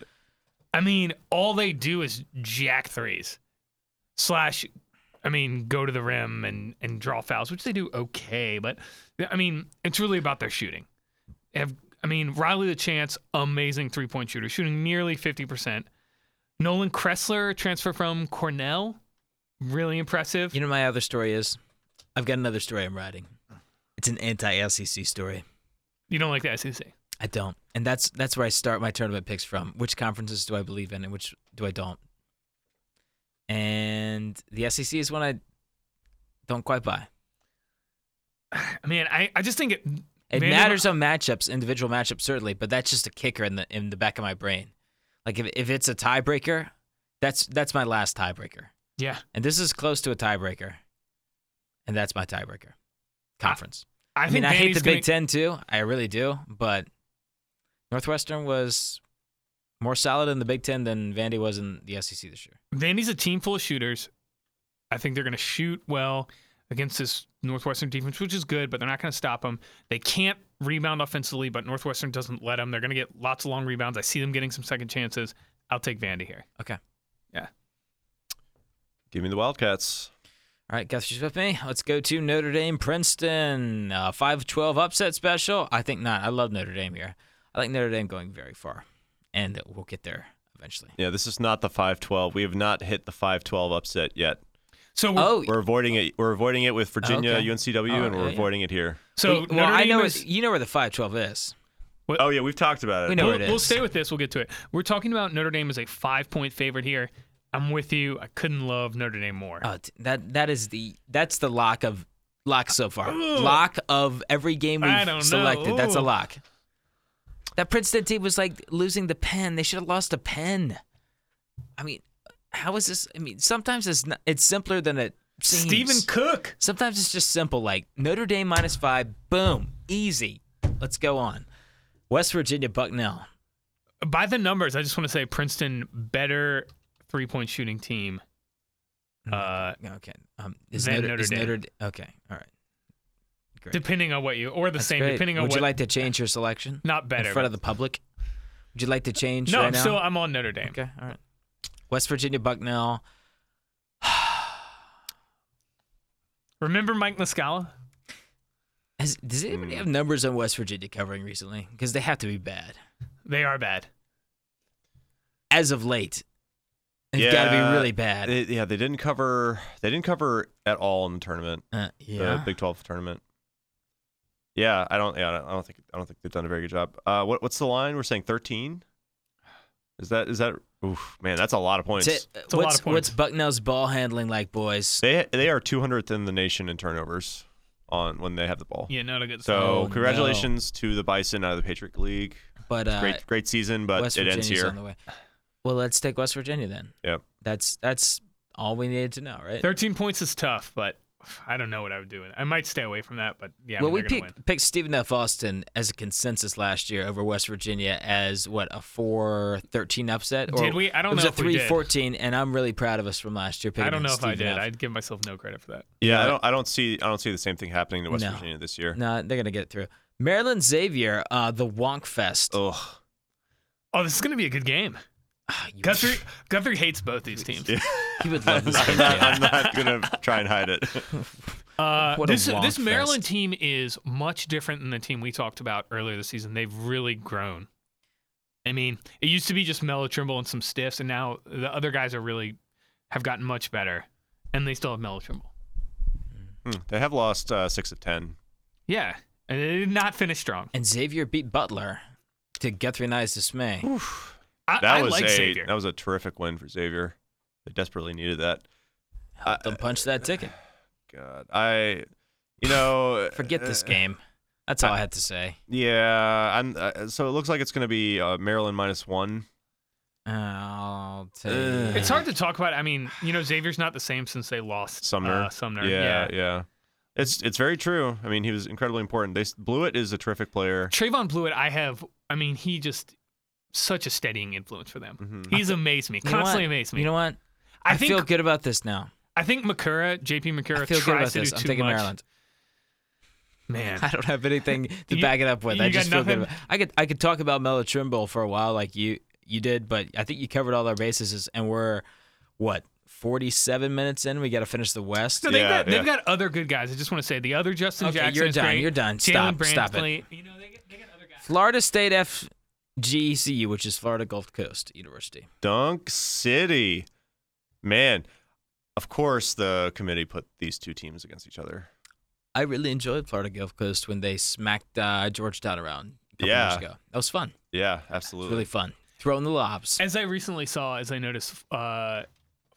[SPEAKER 1] I mean, all they do is jack threes, slash, I mean, go to the rim and and draw fouls, which they do okay. But I mean, it's really about their shooting. Have I mean, Riley the Chance, amazing three point shooter, shooting nearly fifty percent. Nolan Kressler, transfer from Cornell, really impressive.
[SPEAKER 3] You know, my other story is, I've got another story I'm writing. It's an anti-LCC story.
[SPEAKER 1] You don't like the E SEC.
[SPEAKER 3] I don't, and that's that's where I start my tournament picks from. Which conferences do I believe in, and which do I don't? And the SEC is one I don't quite buy.
[SPEAKER 1] I mean, I, I just think it
[SPEAKER 3] It
[SPEAKER 1] Vanderbilt-
[SPEAKER 3] matters on matchups, individual matchups certainly, but that's just a kicker in the in the back of my brain. Like if if it's a tiebreaker, that's that's my last tiebreaker,
[SPEAKER 1] Yeah,
[SPEAKER 3] and this is close to a tiebreaker, and that's my tiebreaker conference.
[SPEAKER 1] I,
[SPEAKER 3] I,
[SPEAKER 1] think
[SPEAKER 3] mean, I hate
[SPEAKER 1] Vandy's
[SPEAKER 3] the
[SPEAKER 1] gonna-
[SPEAKER 3] Big Ten too. I really do, but Northwestern was more solid in the Big Ten than Vandy was in the SEC this year.
[SPEAKER 1] Vandy's a team full of shooters. I think they're going to shoot well against this Northwestern defense, which is good, but they're not going to stop them. They can't rebound offensively, but Northwestern doesn't let them. They're going to get lots of long rebounds. I see them getting some second chances. I'll take Vandy here.
[SPEAKER 3] Okay.
[SPEAKER 2] Give me the Wildcats.
[SPEAKER 3] All right, Gus, you're with me. Let's go to Notre Dame Princeton. Uh, 5 12 upset special. I think not. I love Notre Dame here. I like Notre Dame going very far, and we'll get there eventually.
[SPEAKER 2] Yeah, this is not the 512. We have not hit the 512 upset yet.
[SPEAKER 1] So we're-
[SPEAKER 3] Oh,
[SPEAKER 2] We're avoiding it. We're avoiding it with Virginia,
[SPEAKER 3] Okay.
[SPEAKER 2] UNCW,
[SPEAKER 3] Oh,
[SPEAKER 2] and we're
[SPEAKER 3] yeah, yeah.
[SPEAKER 2] avoiding it here.
[SPEAKER 1] so
[SPEAKER 3] well,
[SPEAKER 1] Notre
[SPEAKER 3] I
[SPEAKER 1] Dame
[SPEAKER 3] know
[SPEAKER 1] is-
[SPEAKER 3] it- you know where the 5 12 is.
[SPEAKER 2] Oh yeah, we've talked about it.
[SPEAKER 3] We know
[SPEAKER 1] we'll,
[SPEAKER 3] where it is.
[SPEAKER 1] we'll stay with this. We'll get to it. We're talking about Notre Dame as a five point favorite here. I'm with you. I couldn't love Notre Dame more.
[SPEAKER 3] Oh, t- that that is the that's the lock of lock so far.
[SPEAKER 1] Ugh.
[SPEAKER 3] Lock of every game
[SPEAKER 1] I don't know.
[SPEAKER 3] we've selected. That's a
[SPEAKER 1] Ooh.
[SPEAKER 3] lock. That Princeton team was like losing the pen. They should have lost a pen. I mean, how is this? I mean, sometimes it's not, it's simpler than it seems.
[SPEAKER 1] Stephen Cook.
[SPEAKER 3] Sometimes it's just simple, like Notre Dame minus five. Boom, easy. Let's go on. West Virginia Bucknell.
[SPEAKER 1] By the numbers, I just want to say Princeton better three point shooting team. Uh,
[SPEAKER 3] Okay. Um, is
[SPEAKER 1] Then
[SPEAKER 3] Notre,
[SPEAKER 1] Notre
[SPEAKER 3] is
[SPEAKER 1] Dame.
[SPEAKER 3] Notre Okay. All right. Great.
[SPEAKER 1] depending on what you or the
[SPEAKER 3] That's
[SPEAKER 1] same,
[SPEAKER 3] great.
[SPEAKER 1] depending on
[SPEAKER 3] Would
[SPEAKER 1] what
[SPEAKER 3] you like to change your selection?
[SPEAKER 1] Not better.
[SPEAKER 3] in front of the public. Would you like to change?
[SPEAKER 1] no,
[SPEAKER 3] right
[SPEAKER 1] I'm
[SPEAKER 3] now?
[SPEAKER 1] still I'm on Notre Dame.
[SPEAKER 3] Okay, all right. West Virginia Bucknell.
[SPEAKER 1] Remember Mike Muscala?
[SPEAKER 3] Has, does
[SPEAKER 2] Hmm.
[SPEAKER 3] anybody have numbers on West Virginia covering recently? Because they have to be bad
[SPEAKER 1] They are bad.
[SPEAKER 3] as of late. It's got to
[SPEAKER 2] Yeah,
[SPEAKER 3] be really bad.
[SPEAKER 2] They- yeah, they didn't cover. They didn't cover at all in the tournament,
[SPEAKER 3] uh,
[SPEAKER 2] the
[SPEAKER 3] yeah.
[SPEAKER 2] Big Twelve tournament. Yeah, I don't. Yeah, I don't- I don't think. I don't think they've done a very good job. Uh, what what's the line? We're saying thirteen. Is that is that? Oof, man, that's a lot of points.
[SPEAKER 3] That's it.
[SPEAKER 1] a lot
[SPEAKER 3] what's,
[SPEAKER 1] of points.
[SPEAKER 3] what's Bucknell's ball handling like, boys?
[SPEAKER 2] They they are 200th in the nation in turnovers on when they have the ball.
[SPEAKER 1] Yeah, not a good. sign.
[SPEAKER 2] So
[SPEAKER 3] Oh,
[SPEAKER 2] congratulations to the Bison out of the Patriot League.
[SPEAKER 3] But uh,
[SPEAKER 2] Great great season, but
[SPEAKER 3] West
[SPEAKER 2] it
[SPEAKER 3] Virginia's
[SPEAKER 2] ends here.
[SPEAKER 3] on the way. Well, let's take West Virginia then.
[SPEAKER 2] Yep.
[SPEAKER 3] That's that's all we needed to know, right?
[SPEAKER 1] Thirteen points is tough, but I don't know what I would do. I might stay away from that, but yeah, I
[SPEAKER 3] well,
[SPEAKER 1] mean,
[SPEAKER 3] we
[SPEAKER 1] they're gonna
[SPEAKER 3] picked picked Stephen F. Austin as a consensus last year over West Virginia as what a four thirteen upset.
[SPEAKER 1] Did we? I don't
[SPEAKER 3] it was
[SPEAKER 1] know
[SPEAKER 3] a
[SPEAKER 1] if we
[SPEAKER 3] three
[SPEAKER 1] did.
[SPEAKER 3] fourteen, and I'm really proud of us from last year.
[SPEAKER 1] win.
[SPEAKER 3] Picking
[SPEAKER 1] I don't know if I
[SPEAKER 3] Stephen
[SPEAKER 1] did.
[SPEAKER 3] F.
[SPEAKER 1] I'd give myself no credit for that.
[SPEAKER 2] Yeah, I don't I don't see I don't see the same thing happening to West
[SPEAKER 3] No.
[SPEAKER 2] Virginia this year.
[SPEAKER 3] No, they're gonna get through. Maryland Xavier, uh, the Wonk Fest.
[SPEAKER 2] Ugh.
[SPEAKER 1] Oh, this is gonna be a good game.
[SPEAKER 3] Ah, you-
[SPEAKER 1] Guthrie Guthrie hates both these teams.
[SPEAKER 2] Yeah.
[SPEAKER 3] he would love this
[SPEAKER 2] I'm
[SPEAKER 3] game.
[SPEAKER 2] not, I'm not gonna try and hide it.
[SPEAKER 1] Uh,
[SPEAKER 3] What a
[SPEAKER 1] this
[SPEAKER 3] wonk
[SPEAKER 1] this Maryland
[SPEAKER 3] fest.
[SPEAKER 1] team is much different than the team we talked about earlier this season. They've really grown. I mean, it used to be just Mello Trimble and some stiffs, and now the other guys are really have gotten much better, and they still have Mello Trimble.
[SPEAKER 2] Hmm, They have lost uh, six of ten.
[SPEAKER 1] Yeah, and they did not finish strong.
[SPEAKER 3] And Xavier beat Butler to Guthrie and I's dismay.
[SPEAKER 1] I,
[SPEAKER 2] That
[SPEAKER 1] I
[SPEAKER 2] was
[SPEAKER 1] like
[SPEAKER 2] a
[SPEAKER 1] Xavier.
[SPEAKER 2] that was a terrific win for Xavier. They desperately needed that.
[SPEAKER 3] Help them punch that ticket.
[SPEAKER 2] God, I, you know,
[SPEAKER 3] Forget
[SPEAKER 2] Uh,
[SPEAKER 3] this game. That's all I had to say.
[SPEAKER 2] Yeah, I'm. Uh, so it looks like it's going to be uh, Maryland minus one.
[SPEAKER 3] I'll tell
[SPEAKER 2] Ugh.
[SPEAKER 3] you.
[SPEAKER 1] It's hard to talk about. I mean, you know, Xavier's not the same since they lost
[SPEAKER 2] Sumner.
[SPEAKER 1] Uh, Sumner.
[SPEAKER 2] Yeah,
[SPEAKER 1] Yeah.
[SPEAKER 2] yeah, It's it's very true. I mean, he was incredibly important. They s- Blewett is a terrific player.
[SPEAKER 1] Trayvon Blewett, I have. I mean, he just such a steadying influence for them.
[SPEAKER 2] Mm-hmm.
[SPEAKER 1] He's amazed me.
[SPEAKER 3] You know
[SPEAKER 1] Constantly
[SPEAKER 3] what?
[SPEAKER 1] amazed me.
[SPEAKER 3] You know what?
[SPEAKER 1] I,
[SPEAKER 3] I,
[SPEAKER 1] think
[SPEAKER 3] feel good about this now.
[SPEAKER 1] I think Makura, JP
[SPEAKER 3] I
[SPEAKER 1] Makura,
[SPEAKER 3] feel good about
[SPEAKER 1] tries to
[SPEAKER 3] this.
[SPEAKER 1] do
[SPEAKER 3] I'm
[SPEAKER 1] too
[SPEAKER 3] taking
[SPEAKER 1] much.
[SPEAKER 3] Maryland. I
[SPEAKER 1] Man,
[SPEAKER 3] don't have anything to
[SPEAKER 1] You-
[SPEAKER 3] back it up with. I
[SPEAKER 1] you got
[SPEAKER 3] just feel good.
[SPEAKER 1] nothing?
[SPEAKER 3] About, I could I could talk about Mello Trimble for a while, like you you did, but I think you covered all our bases, and we're what 47 minutes in. We got to finish the West.
[SPEAKER 1] so they've
[SPEAKER 2] Yeah,
[SPEAKER 1] got
[SPEAKER 2] yeah.
[SPEAKER 1] they've got other good guys. I just want to say the other Justin
[SPEAKER 3] Okay,
[SPEAKER 1] Jackson
[SPEAKER 3] you're
[SPEAKER 1] is
[SPEAKER 3] done,
[SPEAKER 1] great.
[SPEAKER 3] you're done. Stop,
[SPEAKER 1] Jalen
[SPEAKER 3] stop it.
[SPEAKER 1] Brantley, You know they get, they get other guys.
[SPEAKER 3] Florida State FGCU, which is Florida Gulf Coast University.
[SPEAKER 2] Dunk City, man. Of course, the committee put these two teams against each other.
[SPEAKER 3] I really enjoyed Florida Gulf Coast when they smacked uh, Georgetown around. A couple
[SPEAKER 2] Yeah.
[SPEAKER 3] years ago. that was fun.
[SPEAKER 2] Yeah,
[SPEAKER 3] It was
[SPEAKER 2] absolutely.
[SPEAKER 3] really fun. Throwing the lobs.
[SPEAKER 1] As I recently saw, as I noticed, uh,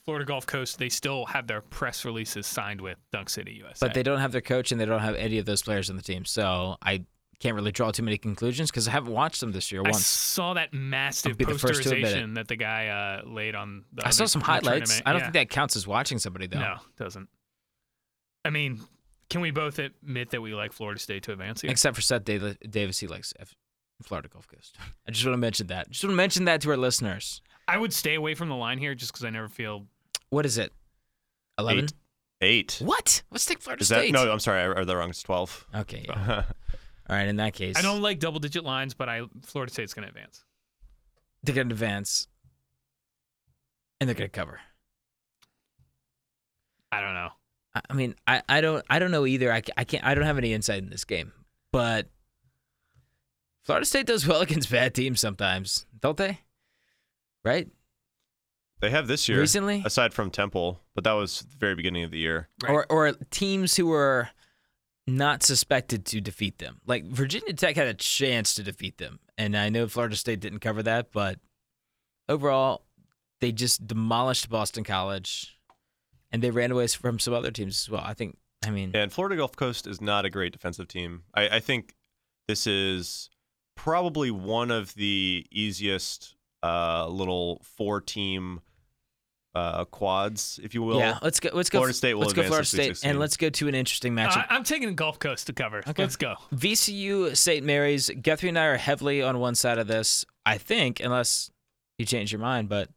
[SPEAKER 1] Florida Gulf Coast, they still have their press releases signed with Dunk City USA.
[SPEAKER 3] but they don't have their coach and they don't have any of those players on the team. So I can't really draw too many conclusions because I haven't watched them this year
[SPEAKER 1] I
[SPEAKER 3] once.
[SPEAKER 1] saw that massive
[SPEAKER 3] be the first to admit it.
[SPEAKER 1] posterization that the guy uh, laid on. the
[SPEAKER 3] I saw
[SPEAKER 1] other-
[SPEAKER 3] some
[SPEAKER 1] the
[SPEAKER 3] highlights.
[SPEAKER 1] tournament.
[SPEAKER 3] I don't
[SPEAKER 1] Yeah.
[SPEAKER 3] think that counts as watching somebody though.
[SPEAKER 1] No, doesn't. I mean, can we both admit that we like Florida State to advance here?
[SPEAKER 3] Except for Seth Dav- Davis, he likes F- Florida Gulf Coast. I just want to mention that. Just want to mention that to our listeners.
[SPEAKER 1] I would stay away from the line here just because I never feel.
[SPEAKER 3] What is it? Eleven.
[SPEAKER 2] Eight. Eight.
[SPEAKER 3] What? Let's take Florida
[SPEAKER 2] Is that
[SPEAKER 3] State.
[SPEAKER 2] no? I'm sorry, I read that wrong. It's twelve.
[SPEAKER 3] Okay. yeah. All right. In that case,
[SPEAKER 1] I don't like double digit lines, but I Florida State's going to advance.
[SPEAKER 3] They're gonna advance, and they're gonna cover.
[SPEAKER 1] I don't know.
[SPEAKER 3] I- I mean, I, I don't I don't know either. I, ca- I can't I don't have any insight in this game, but Florida State does well against bad teams sometimes, don't they? Right?
[SPEAKER 2] they have this year
[SPEAKER 3] Recently?
[SPEAKER 2] aside from Temple, but that was the very beginning of the year.
[SPEAKER 1] Right.
[SPEAKER 3] Or or teams who are not suspected to defeat them. Like Virginia Tech had a chance to defeat them, and I know Florida State didn't cover that, but overall, they just demolished Boston College, and they ran away from some other teams as well. I think. I mean,
[SPEAKER 2] And Florida Gulf Coast is not a great defensive team. I, I think this is probably one of the easiest uh, little four-team uh, quads, if you will.
[SPEAKER 3] yeah. Let's go. Let's go.
[SPEAKER 2] Florida State will
[SPEAKER 3] let's go.
[SPEAKER 2] advance to
[SPEAKER 3] Florida
[SPEAKER 2] Sweet
[SPEAKER 3] State,
[SPEAKER 2] 16.
[SPEAKER 3] and let's go to an interesting matchup.
[SPEAKER 1] I, I'm taking Gulf Coast to cover.
[SPEAKER 3] Okay.
[SPEAKER 1] Let's go.
[SPEAKER 3] VCU, St. Mary's, Guthrie and I are heavily on one side of this, I think, unless you change your mind, but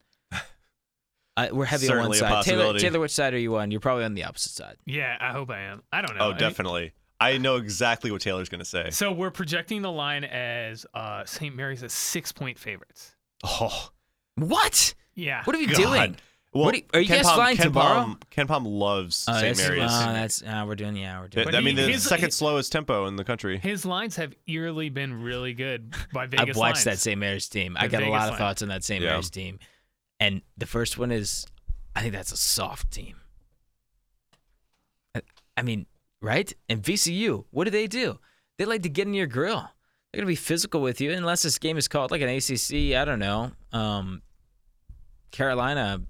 [SPEAKER 3] I, we're heavy on one
[SPEAKER 2] Certainly a
[SPEAKER 3] side. Taylor,
[SPEAKER 2] possibility.
[SPEAKER 3] Taylor, which side are you on? You're probably on the opposite side.
[SPEAKER 1] Yeah, I hope I am. I don't know.
[SPEAKER 2] Oh,
[SPEAKER 1] I mean,
[SPEAKER 2] definitely. I know exactly what Taylor's going to say.
[SPEAKER 1] so we're projecting the line as uh, St. Mary's as six point favorites.
[SPEAKER 2] Oh,
[SPEAKER 3] What?
[SPEAKER 1] Yeah.
[SPEAKER 3] What are we
[SPEAKER 2] God.
[SPEAKER 3] doing?
[SPEAKER 2] Well,
[SPEAKER 3] What do you- are you
[SPEAKER 2] Ken
[SPEAKER 3] guys
[SPEAKER 2] Pom,
[SPEAKER 3] flying
[SPEAKER 2] Ken
[SPEAKER 3] tomorrow?
[SPEAKER 2] Pom, Ken Pom loves
[SPEAKER 3] Oh,
[SPEAKER 2] St.
[SPEAKER 3] that's,
[SPEAKER 2] Mary's.
[SPEAKER 3] oh, that's uh, we're doing. Yeah, we're
[SPEAKER 2] Th-
[SPEAKER 3] doing.
[SPEAKER 1] But
[SPEAKER 2] I mean, the
[SPEAKER 1] his-
[SPEAKER 2] second
[SPEAKER 1] his-
[SPEAKER 2] slowest tempo in the country.
[SPEAKER 1] His lines have eerily been really good by Vegas.
[SPEAKER 3] I've watched that
[SPEAKER 1] lines.
[SPEAKER 3] St. Mary's team. I
[SPEAKER 1] The
[SPEAKER 3] got a
[SPEAKER 1] Vegas
[SPEAKER 3] lot of
[SPEAKER 1] line.
[SPEAKER 3] thoughts on that St.
[SPEAKER 2] Yeah.
[SPEAKER 3] Mary's team, and the first one is, I think that's a soft team. I, I mean, right? And VCU, what do they do? They like to get in your grill. They're gonna be physical with you, unless this game is called like an ACC. I don't know. Um, Carolina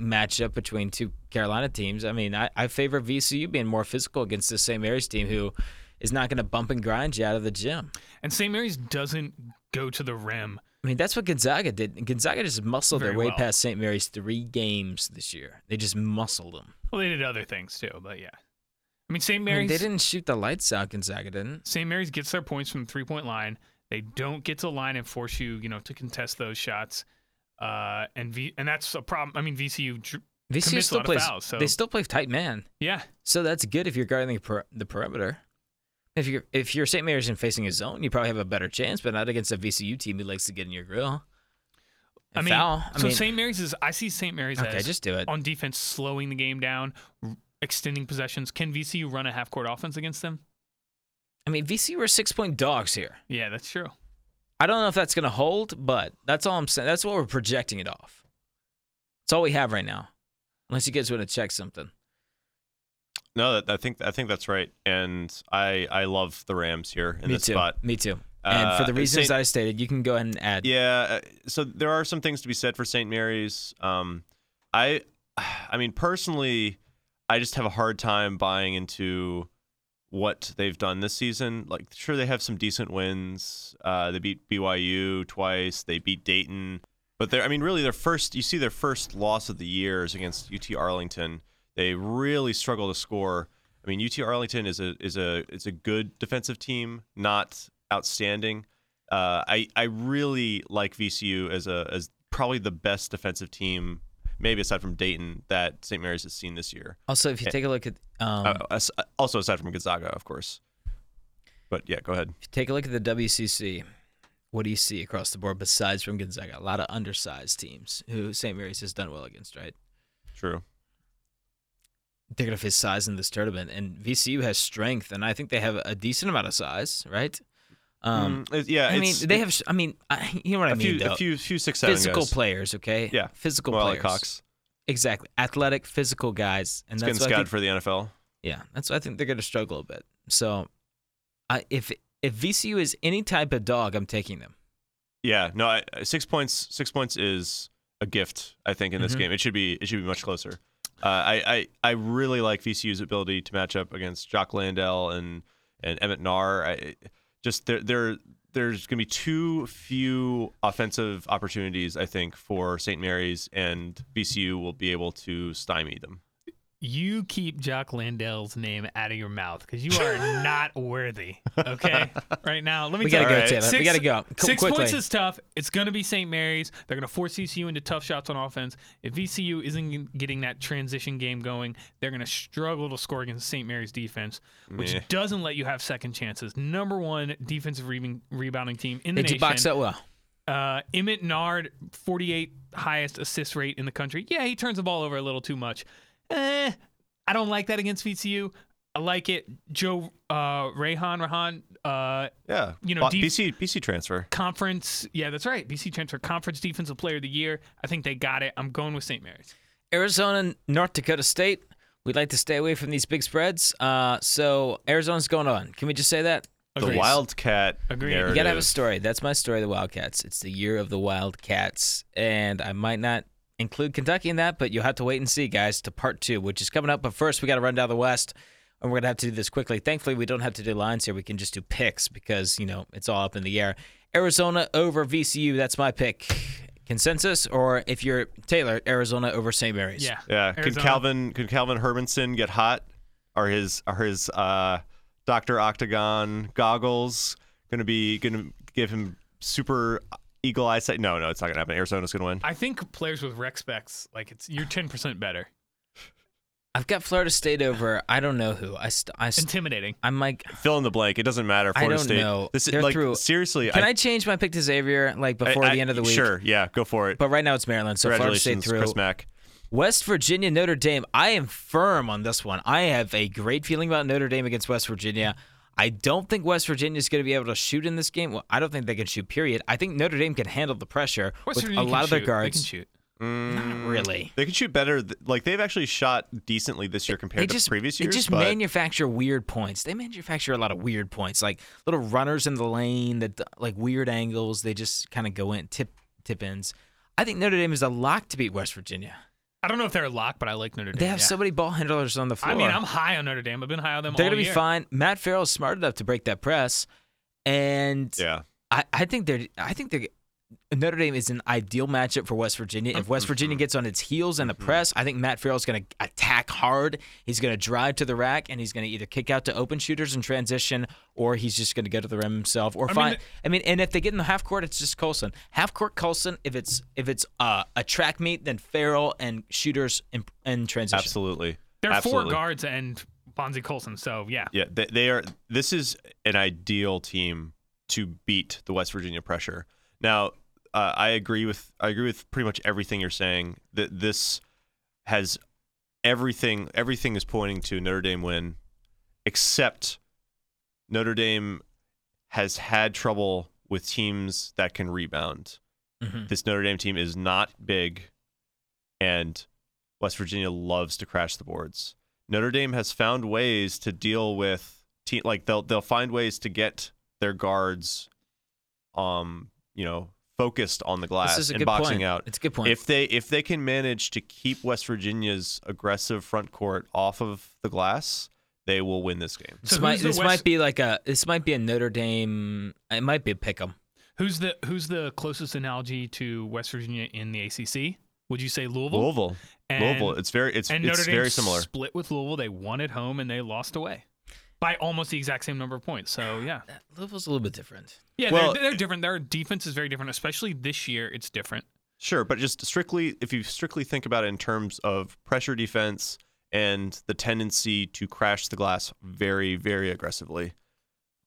[SPEAKER 3] matchup between two Carolina teams. I mean, I, I favor VCU being more physical against the St. Mary's team, who is not going to bump and grind you out of the gym.
[SPEAKER 1] And St. Mary's doesn't go to the rim.
[SPEAKER 3] I mean, that's what Gonzaga did. Gonzaga just muscled their
[SPEAKER 1] Very
[SPEAKER 3] way
[SPEAKER 1] well.
[SPEAKER 3] past St. Mary's three games this year. They just muscled them.
[SPEAKER 1] Well, they did other things too, but yeah. I mean, St.
[SPEAKER 3] I mean,
[SPEAKER 1] Mary's.
[SPEAKER 3] they didn't shoot the lights out. Gonzaga didn't.
[SPEAKER 1] St. Mary's gets their points from the three point line. They don't get to the line and force you, you know, to contest those shots. Uh, and v- and that's a problem. I mean, VCU. dr-
[SPEAKER 3] VCU
[SPEAKER 1] Commits a
[SPEAKER 3] still
[SPEAKER 1] lot of
[SPEAKER 3] plays.
[SPEAKER 1] fouls, so-
[SPEAKER 3] They still play tight man.
[SPEAKER 1] Yeah,
[SPEAKER 3] So that's good if you're guarding the, per- the perimeter. If you're if you're St. Mary's and facing a zone, you probably have a better chance, but not against a VCU team who likes to get in your grill.
[SPEAKER 1] I
[SPEAKER 3] And
[SPEAKER 1] mean,
[SPEAKER 3] foul. I
[SPEAKER 1] so
[SPEAKER 3] mean,
[SPEAKER 1] St. Mary's is. I see St. Mary's
[SPEAKER 3] okay,
[SPEAKER 1] as
[SPEAKER 3] just do it.
[SPEAKER 1] on defense, slowing the game down, r- extending possessions. Can VCU run a half court offense against them?
[SPEAKER 3] I mean, VCU were six point dogs here.
[SPEAKER 1] Yeah, that's true.
[SPEAKER 3] I don't know if that's going to hold, but that's all I'm saying. That's what we're projecting it off. It's all we have right now, unless you guys want to check something.
[SPEAKER 2] No, that, I think I think that's right, and I I love the Rams here in
[SPEAKER 3] Me
[SPEAKER 2] this
[SPEAKER 3] too.
[SPEAKER 2] spot.
[SPEAKER 3] Me too. And
[SPEAKER 2] Uh,
[SPEAKER 3] for the reasons
[SPEAKER 2] Saint-
[SPEAKER 3] I stated, you can go ahead and add.
[SPEAKER 2] Yeah, uh, so there are some things to be said for St. Mary's. Um, I I mean personally, I just have a hard time buying into what they've done this season. Like, sure they have some decent wins. Uh, they beat BYU twice. They beat Dayton, but they're I mean really their first. You see their first loss of the year is against UT Arlington. They really struggle to score. I mean, UT Arlington is a is a it's a good defensive team, not outstanding. Uh, I I really like VCU as a as probably the best defensive team, maybe aside from Dayton that St. Mary's has seen this year.
[SPEAKER 3] Also, if you take a look at um,
[SPEAKER 2] Uh, as- also aside from Gonzaga, of course. But yeah, go ahead.
[SPEAKER 3] if you take a look at the WCC, what do you see across the board besides from Gonzaga? A lot of undersized teams who St. Mary's has done well against, right?
[SPEAKER 2] True.
[SPEAKER 3] They're going to face size in this tournament, and VCU has strength, and I think they have a decent amount of size, right? Um,
[SPEAKER 2] Mm, it- yeah,
[SPEAKER 3] I mean,
[SPEAKER 2] it's-
[SPEAKER 3] they
[SPEAKER 2] it-
[SPEAKER 3] have. s- I mean, I, you know what I
[SPEAKER 2] a
[SPEAKER 3] mean.
[SPEAKER 2] few
[SPEAKER 3] though.
[SPEAKER 2] a few few six seven
[SPEAKER 3] physical
[SPEAKER 2] guys.
[SPEAKER 3] players, okay?
[SPEAKER 2] Yeah.
[SPEAKER 3] physical
[SPEAKER 2] Well, like
[SPEAKER 3] players.
[SPEAKER 2] Cox.
[SPEAKER 3] Exactly, athletic, physical guys, and
[SPEAKER 2] He's
[SPEAKER 3] that's
[SPEAKER 2] getting
[SPEAKER 3] why I
[SPEAKER 2] scouted
[SPEAKER 3] think,
[SPEAKER 2] for the NFL.
[SPEAKER 3] yeah, that's why I think they're going to struggle a bit. So, I, if if VCU is any type of dog, I'm taking them.
[SPEAKER 2] Yeah, no, I, uh, six points. Six points is a gift, I think, in this
[SPEAKER 3] Mhm.
[SPEAKER 2] game. It should be. It should be much closer. Uh, I, I I really like VCU's ability to match up against Jock Landell and and Emmett Narr. I just there there there's going to be too few offensive opportunities, I think, for St. Mary's, and VCU will be able to stymie them.
[SPEAKER 1] You keep Jock Landell's name out of your mouth because you are not worthy. Okay, right now, let me.
[SPEAKER 3] We
[SPEAKER 1] tell
[SPEAKER 3] gotta
[SPEAKER 1] you-
[SPEAKER 3] go,
[SPEAKER 2] right.
[SPEAKER 3] Taylor. we
[SPEAKER 1] Six-
[SPEAKER 3] gotta go. Qu-
[SPEAKER 1] Six
[SPEAKER 3] quickly.
[SPEAKER 1] points is tough. It's going to be St. Mary's. They're going to force VCU into tough shots on offense. If VCU isn't getting that transition game going, they're going to struggle to score against St. Mary's defense, which
[SPEAKER 2] Meh.
[SPEAKER 1] doesn't let you have second chances. Number one defensive re- rebounding team in the
[SPEAKER 3] they do
[SPEAKER 1] nation.
[SPEAKER 3] box out well.
[SPEAKER 1] Uh, Emmett Nard, 48 highest assist rate in the country. Yeah, he turns the ball over a little too much. Eh, I don't like that against VCU. I like it. Joe uh, Rahan, Rahan, uh,
[SPEAKER 2] Yeah,
[SPEAKER 1] You know,
[SPEAKER 2] Bought
[SPEAKER 1] do you-
[SPEAKER 2] BC BC transfer.
[SPEAKER 1] conference. Yeah, that's right. BC transfer conference defensive player of the year. I think they got it. I'm going with St. Mary's.
[SPEAKER 3] Arizona, and North Dakota State. We'd like to stay away from these big spreads. Uh, so Arizona's going on. Can we just say that?
[SPEAKER 2] The
[SPEAKER 1] Agrees.
[SPEAKER 2] Wildcat.
[SPEAKER 1] Agreed. You
[SPEAKER 3] You gotta have a
[SPEAKER 2] narrative.
[SPEAKER 3] story. That's my story. of The Wildcats. It's the year of the Wildcats, and I might not include Kentucky in that, but you'll have to wait and see, guys, to part two, which is coming up. But first, we gotta run down the West, and we're gonna have to do this quickly. Thankfully, we don't have to do lines here. We can just do picks because you know it's all up in the air. Arizona over VCU. That's my pick. Consensus, or if you're Taylor, Arizona over St. Mary's.
[SPEAKER 1] Yeah.
[SPEAKER 2] Yeah. Could
[SPEAKER 1] Arizona.
[SPEAKER 2] Calvin could Calvin Hermanson get hot? Are his are his uh, Doctor Octagon goggles gonna be gonna give him super eagle eyesight? No, no, it's not gonna happen. Arizona's gonna win.
[SPEAKER 1] I think players with rec specs, like it's you're 10% better.
[SPEAKER 3] I've got Florida State over. I don't know who. I st- I st-
[SPEAKER 1] Intimidating.
[SPEAKER 3] I'm like
[SPEAKER 2] Fill in the blank. It doesn't matter.
[SPEAKER 3] I
[SPEAKER 2] Florida
[SPEAKER 3] don't
[SPEAKER 2] State.
[SPEAKER 3] know.
[SPEAKER 2] This is
[SPEAKER 3] They're
[SPEAKER 2] like
[SPEAKER 3] through-
[SPEAKER 2] seriously.
[SPEAKER 3] Can I, change my pick to Xavier like before
[SPEAKER 2] I-
[SPEAKER 3] the end of the week?
[SPEAKER 2] Sure. Yeah. Go for it.
[SPEAKER 3] But right now it's Maryland, so Florida State
[SPEAKER 2] Congratulations,
[SPEAKER 3] through.
[SPEAKER 2] Chris Mack.
[SPEAKER 3] West Virginia, Notre Dame. I am firm on this one. I have a great feeling about Notre Dame against West Virginia. I don't think West Virginia is going to be able to shoot in this game. Well, I don't think they can shoot. Period. I think Notre Dame can handle the pressure
[SPEAKER 1] West
[SPEAKER 3] with
[SPEAKER 1] Virginia
[SPEAKER 3] a
[SPEAKER 1] can
[SPEAKER 3] lot of their
[SPEAKER 1] shoot. They can
[SPEAKER 3] guards.
[SPEAKER 1] shoot.
[SPEAKER 2] Mm,
[SPEAKER 3] Really,
[SPEAKER 2] They can shoot better. th- Like they've actually shot decently this year compared
[SPEAKER 3] they
[SPEAKER 2] to
[SPEAKER 3] just
[SPEAKER 2] previous
[SPEAKER 3] they
[SPEAKER 2] years.
[SPEAKER 3] just
[SPEAKER 2] but
[SPEAKER 3] manufacture weird points. They manufacture a lot of weird points, like little runners in the lane that like weird angles. They just kind of go in tip tip ins. I think Notre Dame is a lock to beat West Virginia.
[SPEAKER 1] I don't know if they're locked, but I like Notre Dame.
[SPEAKER 3] They have
[SPEAKER 1] yeah.
[SPEAKER 3] so many ball handlers on the floor.
[SPEAKER 1] I mean, I'm high on Notre Dame. I've been high on them.
[SPEAKER 3] They're
[SPEAKER 1] all
[SPEAKER 3] going to be
[SPEAKER 1] year.
[SPEAKER 3] fine. Matt Farrell is smart enough to break that press, and
[SPEAKER 2] yeah,
[SPEAKER 3] I, I think they're. I think they're. Notre Dame is an ideal matchup for West Virginia. If
[SPEAKER 1] Mm-hmm.
[SPEAKER 3] West Virginia gets on its heels in the press, I think Matt Farrell's going to attack hard. He's going to drive to the rack, and he's going to either kick out to open shooters in transition, or he's just going to go to the rim himself. Or
[SPEAKER 1] mean,
[SPEAKER 3] find.
[SPEAKER 1] the-
[SPEAKER 3] I mean, and if they get in the half court, it's just Colson. Half court Colson. If it's if it's uh, a track meet, then Farrell and shooters in, in transition.
[SPEAKER 2] absolutely.
[SPEAKER 1] They're
[SPEAKER 2] absolutely.
[SPEAKER 1] four guards and Bonzi Colson. So yeah,
[SPEAKER 2] Yeah, they, they are. This is an ideal team to beat the West Virginia pressure. Now, uh, I agree with I agree with pretty much everything you're saying. That this has everything. Everything is pointing to a Notre Dame win, except Notre Dame has had trouble with teams that can rebound.
[SPEAKER 3] Mhm.
[SPEAKER 2] This Notre Dame team is not big, and West Virginia loves to crash the boards. Notre Dame has found ways to deal with team like they'll they'll find ways to get their guards um you know focused on the glass
[SPEAKER 3] This is a
[SPEAKER 2] and
[SPEAKER 3] good
[SPEAKER 2] boxing
[SPEAKER 3] point.
[SPEAKER 2] out.
[SPEAKER 3] It's a good point.
[SPEAKER 2] If they if they can manage to keep West Virginia's aggressive front court off of the glass, they will win this game.
[SPEAKER 1] So
[SPEAKER 3] this might,
[SPEAKER 1] who's the
[SPEAKER 3] this
[SPEAKER 1] West-
[SPEAKER 3] might be like a this might be a Notre Dame. It might be a pick'em.
[SPEAKER 1] Who's the who's the closest analogy to West Virginia in the ACC? Would you say Louisville?
[SPEAKER 2] Louisville,
[SPEAKER 1] And,
[SPEAKER 2] Louisville, it's very it's
[SPEAKER 1] and
[SPEAKER 2] it's
[SPEAKER 1] Notre Dame
[SPEAKER 2] very similar.
[SPEAKER 1] Split with Louisville, they won at home and they lost away by almost the exact same number of points. So yeah,
[SPEAKER 3] Louisville's a little bit different.
[SPEAKER 1] yeah,
[SPEAKER 2] Well-
[SPEAKER 1] they're, they're different. Their defense is very different, especially this year. It's different.
[SPEAKER 2] Sure, but just strictly, if you strictly think about it in terms of pressure defense and the tendency to crash the glass very, very aggressively,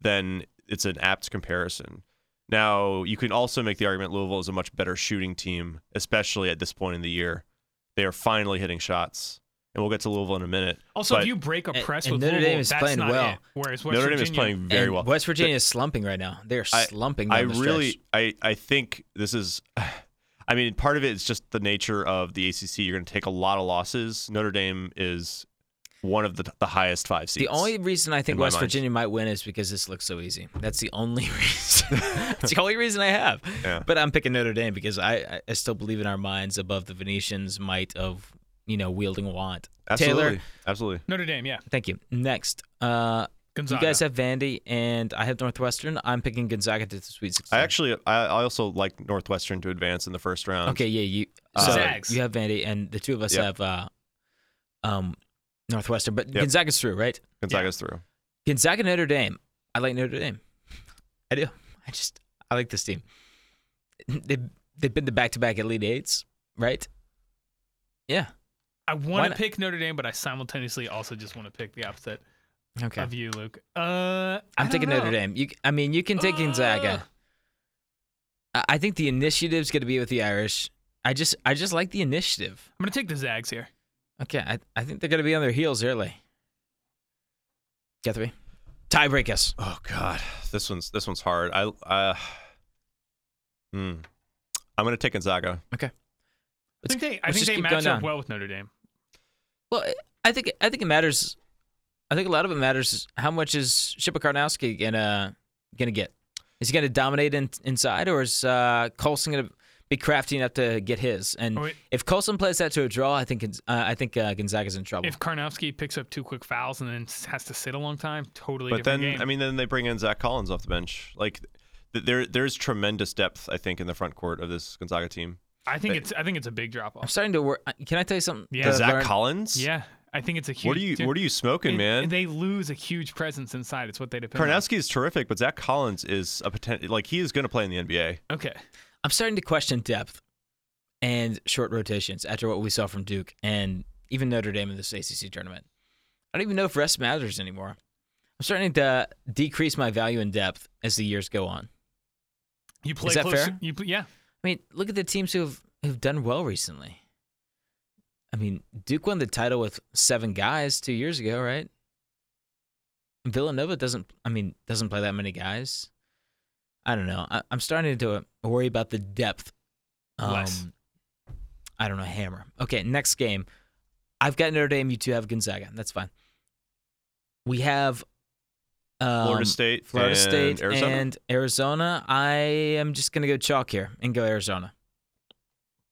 [SPEAKER 2] then it's an apt comparison. Now, you can also make the argument Louisville is a much better shooting team, especially at this point in the year. They are finally hitting shots, and we'll get to Louisville in a minute.
[SPEAKER 1] Also,
[SPEAKER 2] But
[SPEAKER 1] if you break a
[SPEAKER 3] And-
[SPEAKER 1] press
[SPEAKER 3] and
[SPEAKER 1] with
[SPEAKER 3] Notre Dame
[SPEAKER 1] Louisville,
[SPEAKER 3] is
[SPEAKER 1] that's
[SPEAKER 3] playing
[SPEAKER 1] not
[SPEAKER 3] well.
[SPEAKER 1] it. Whereas West
[SPEAKER 2] Notre Dame
[SPEAKER 1] Virginia,
[SPEAKER 2] is playing very
[SPEAKER 3] And
[SPEAKER 2] well.
[SPEAKER 3] West Virginia is slumping right now. They are
[SPEAKER 2] I-
[SPEAKER 3] slumping.
[SPEAKER 2] I
[SPEAKER 3] down the
[SPEAKER 2] really,
[SPEAKER 3] stretch.
[SPEAKER 2] I, I think this is, I mean, part of it is just the nature of the ACC. You're going to take a lot of losses. Notre Dame is one of the, the highest five seeds.
[SPEAKER 3] The only reason I think
[SPEAKER 2] in my
[SPEAKER 3] West
[SPEAKER 2] mind.
[SPEAKER 3] Virginia might win is because this looks so easy. That's the only reason. That's the only reason I have.
[SPEAKER 2] Yeah.
[SPEAKER 3] But I'm picking Notre Dame because I, I- I still believe in our minds above the Venetians' might of you know wielding wand.
[SPEAKER 2] absolutely,
[SPEAKER 3] Taylor,
[SPEAKER 2] absolutely.
[SPEAKER 1] Notre Dame, yeah,
[SPEAKER 3] thank you. Next, uh, you
[SPEAKER 1] Gonzaga.
[SPEAKER 3] guys have Vandy and I have Northwestern. I'm picking Gonzaga to the Sweet Sixteen.
[SPEAKER 2] I actually, I, I also like Northwestern to advance in the first round.
[SPEAKER 3] Okay, yeah, you
[SPEAKER 2] Uh,
[SPEAKER 3] so
[SPEAKER 1] Zags.
[SPEAKER 3] you have Vandy, and the two of us
[SPEAKER 2] Yep.
[SPEAKER 3] have uh, um, Northwestern, but
[SPEAKER 2] Yep.
[SPEAKER 3] Gonzaga's through, right?
[SPEAKER 2] Gonzaga's through.
[SPEAKER 3] Gonzaga, Notre Dame. I like Notre Dame. I do. I just I like this team. They they've been the back to back Elite Eights, right? Yeah.
[SPEAKER 1] I
[SPEAKER 3] Why
[SPEAKER 1] want
[SPEAKER 3] not?
[SPEAKER 1] to pick Notre Dame, but I simultaneously also just want to pick the opposite
[SPEAKER 3] Okay.
[SPEAKER 1] of you, Luke. Uh, I
[SPEAKER 3] I'm
[SPEAKER 1] don't
[SPEAKER 3] taking
[SPEAKER 1] know. Uh.
[SPEAKER 3] Notre Dame. You, I mean, you can take Gonzaga. I, I think the initiative's going to be with the Irish. I just I just like the initiative.
[SPEAKER 1] I'm gonna take the Zags here.
[SPEAKER 3] Okay, I, I think they're going to be on their heels early. Guthrie, tiebreak us.
[SPEAKER 2] Oh God, this one's this one's hard. I, uh, hmm. I'm going to take Gonzaga.
[SPEAKER 1] I think they, I
[SPEAKER 3] let's
[SPEAKER 1] think
[SPEAKER 3] just
[SPEAKER 1] they
[SPEAKER 3] keep
[SPEAKER 1] match
[SPEAKER 3] going
[SPEAKER 1] up
[SPEAKER 3] down.
[SPEAKER 1] well with Notre Dame.
[SPEAKER 3] Well, I- I think I think it matters. I think a lot of it matters is how much is Shipa Karnowski gonna gonna get? Is he gonna dominate in, inside, or is uh, Colson gonna be crafty enough to get his? And
[SPEAKER 1] Oh, wait.
[SPEAKER 3] if Colson plays that to a draw, I think it's- uh, I think uh, Gonzaga's in trouble.
[SPEAKER 1] If Karnowski picks up two quick fouls and then s- has to sit a long time, totally
[SPEAKER 2] But then,
[SPEAKER 1] different game.
[SPEAKER 2] I mean, then they bring in Zach Collins off the bench. Like, th- there, there's tremendous depth, I think, in the front court of this Gonzaga team.
[SPEAKER 1] I
[SPEAKER 2] eh,
[SPEAKER 1] think it's I think it's a big drop
[SPEAKER 3] I'm
[SPEAKER 1] off.
[SPEAKER 3] starting to work. Can I tell you something?
[SPEAKER 1] Yeah.
[SPEAKER 3] that
[SPEAKER 1] Uh,
[SPEAKER 2] Is
[SPEAKER 3] I've
[SPEAKER 2] Zach
[SPEAKER 3] learned?
[SPEAKER 2] Collins?
[SPEAKER 1] Yeah, I think it's a huge.
[SPEAKER 2] What are you What are you smoking,
[SPEAKER 1] and-
[SPEAKER 2] man?
[SPEAKER 1] and they lose a huge presence inside. It's what they depend.
[SPEAKER 2] Karnowski is terrific, but Zach Collins is a potential. Like he is going to play in the NBA.
[SPEAKER 1] on. Okay,
[SPEAKER 3] I'm starting to question depth and short rotations after what we saw from Duke and even Notre Dame in this ACC tournament. I don't even know if rest matters anymore. I'm starting to decrease my value in depth as the years go on.
[SPEAKER 1] you play
[SPEAKER 3] that
[SPEAKER 1] closer.
[SPEAKER 3] fair?
[SPEAKER 1] You pl- yeah.
[SPEAKER 3] I mean, look at the teams who've who've done well recently. I mean, Duke won the title with seven guys two years ago, right? Villanova doesn't. I mean, doesn't play that many guys. I don't know. I, I'm starting to uh, worry about the depth. Um,
[SPEAKER 1] Less.
[SPEAKER 3] I don't know. Hammer. Okay, next game. I've got Notre Dame. You two have Gonzaga. That's fine. We have um,
[SPEAKER 2] Florida State,
[SPEAKER 3] Florida
[SPEAKER 2] and
[SPEAKER 3] State
[SPEAKER 2] Arizona.
[SPEAKER 3] and Arizona. I am just gonna go chalk here and go Arizona.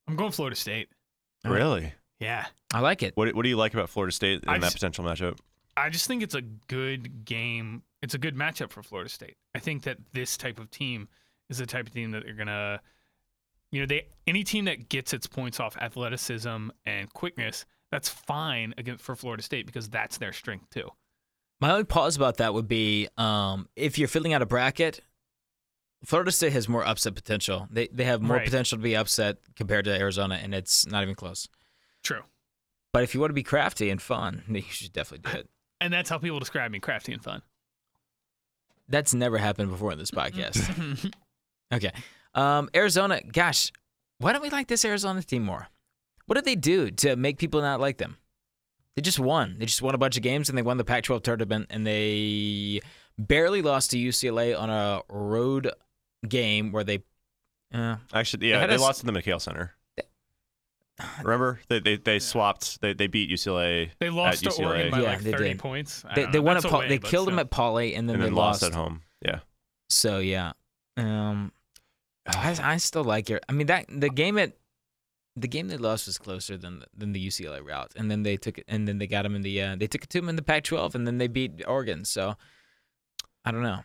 [SPEAKER 1] I'm going Florida State.
[SPEAKER 3] uh,
[SPEAKER 2] really,
[SPEAKER 1] Yeah.
[SPEAKER 3] I like it.
[SPEAKER 2] what what do you like about Florida State in
[SPEAKER 1] I
[SPEAKER 2] that
[SPEAKER 1] just-
[SPEAKER 2] potential matchup?
[SPEAKER 1] I just think it's a good game. It's a good matchup for Florida State. I think that this type of team is the type of team that they're gonna, you know, they any team that gets its points off athleticism and quickness, that's fine against for Florida State because that's their strength too.
[SPEAKER 3] My only pause about that would be um, if you're filling out a bracket, Florida State has more upset potential. They they have more
[SPEAKER 1] Right.
[SPEAKER 3] potential to be upset compared to Arizona, and it's not even close.
[SPEAKER 1] True.
[SPEAKER 3] But if you want to be crafty and fun, you should definitely do it.
[SPEAKER 1] And that's how people describe me, crafty and fun.
[SPEAKER 3] That's never happened before in this podcast. okay. Um, Arizona, gosh, why don't we like this Arizona team more? What did they do to make people not like them? They just won. They just won a bunch of games and they won the Pac 12 tournament and they barely lost to UCLA on a road game where they. Uh,
[SPEAKER 2] Actually,
[SPEAKER 3] They
[SPEAKER 2] yeah,
[SPEAKER 3] had
[SPEAKER 2] they
[SPEAKER 3] us-
[SPEAKER 2] lost to the McHale Center. Remember, they they, they swapped. They, they beat UCLA.
[SPEAKER 1] They lost
[SPEAKER 2] at
[SPEAKER 1] to Oregon
[SPEAKER 2] UCLA,
[SPEAKER 1] by
[SPEAKER 3] Yeah,
[SPEAKER 1] like
[SPEAKER 3] they
[SPEAKER 1] 30
[SPEAKER 3] did.
[SPEAKER 1] points. I
[SPEAKER 3] they
[SPEAKER 1] don't
[SPEAKER 3] they
[SPEAKER 1] know.
[SPEAKER 3] won
[SPEAKER 1] That's
[SPEAKER 3] at Paul.
[SPEAKER 1] way,
[SPEAKER 3] They
[SPEAKER 1] but
[SPEAKER 3] killed them
[SPEAKER 1] still.
[SPEAKER 3] at Pauley and then
[SPEAKER 2] and
[SPEAKER 3] they
[SPEAKER 2] then
[SPEAKER 3] lost.
[SPEAKER 2] lost at home. Yeah,
[SPEAKER 3] So, yeah. Um, I, I still like your. I mean that the game at the game they lost was closer than than the UCLA route, and then they took it, and then they got them in the uh, they took it to them in the Pac-12, and then they beat Oregon. So I don't know.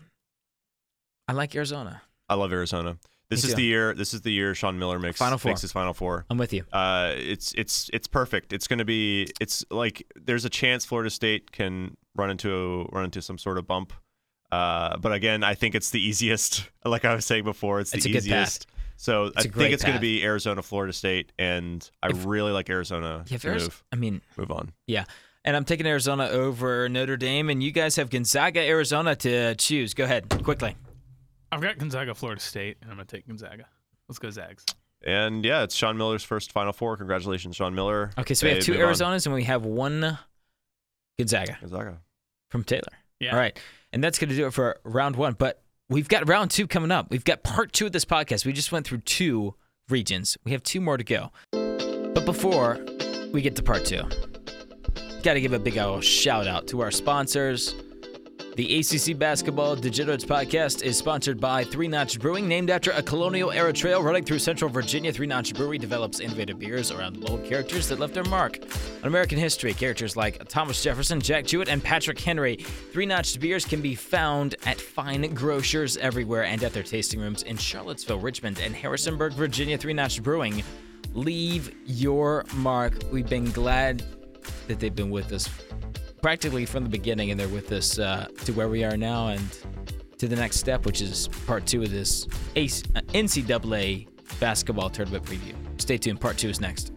[SPEAKER 3] I like Arizona.
[SPEAKER 2] I love Arizona. This
[SPEAKER 3] Me
[SPEAKER 2] is
[SPEAKER 3] too.
[SPEAKER 2] the year. This is the year Sean Miller makes
[SPEAKER 3] Final Four.
[SPEAKER 2] makes his Final Four.
[SPEAKER 3] I'm with you.
[SPEAKER 2] Uh, it's it's it's perfect. It's going to be. It's like there's a chance Florida State can run into run into some sort of bump. Uh, but again, I think it's the easiest. Like I was saying before, it's the
[SPEAKER 3] It's a good path.
[SPEAKER 2] easiest. So
[SPEAKER 3] a
[SPEAKER 2] I
[SPEAKER 3] great
[SPEAKER 2] think it's going
[SPEAKER 3] path.
[SPEAKER 2] to be Arizona, Florida State, and I
[SPEAKER 3] If-
[SPEAKER 2] really like Arizona.
[SPEAKER 3] Yeah, if
[SPEAKER 2] to
[SPEAKER 3] Ariz-
[SPEAKER 2] move
[SPEAKER 3] I mean,
[SPEAKER 2] move on.
[SPEAKER 3] yeah, and I'm taking Arizona over Notre Dame, and you guys have Gonzaga, Arizona to choose. Go ahead quickly.
[SPEAKER 1] I've got Gonzaga, Florida State, and I'm gonna take Gonzaga. Let's go Zags.
[SPEAKER 2] And yeah, it's Sean Miller's first Final Four. Congratulations, Sean Miller.
[SPEAKER 3] Okay, so we
[SPEAKER 2] They
[SPEAKER 3] have two
[SPEAKER 2] move on.
[SPEAKER 3] Arizonas, and we have one Gonzaga
[SPEAKER 2] Gonzaga.
[SPEAKER 3] from Taylor.
[SPEAKER 1] Yeah.
[SPEAKER 3] All right. And that's going to do it for round one. But we've got round two coming up. We've got part two of this podcast. We just went through two regions. We have two more to go. But before we get to part two, got to give a big old shout out to our sponsors. The ACC Basketball Degenerates Podcast is sponsored by Three Notch Brewing, named after a colonial era trail running through central Virginia. Three Notch Brewery develops innovative beers around bold characters that left their mark on American history. Characters like Thomas Jefferson, Jack Jewett, and Patrick Henry. Three Notch beers can be found at fine grocers everywhere and at their tasting rooms in Charlottesville, Richmond, and Harrisonburg, Virginia. Three Notch Brewing, leave your mark. We've been glad that they've been with us practically from the beginning, and they're with us uh, to where we are now and to the next step, which is part two of this Ace- uh, NCAA basketball tournament preview. Stay tuned. Part two is next.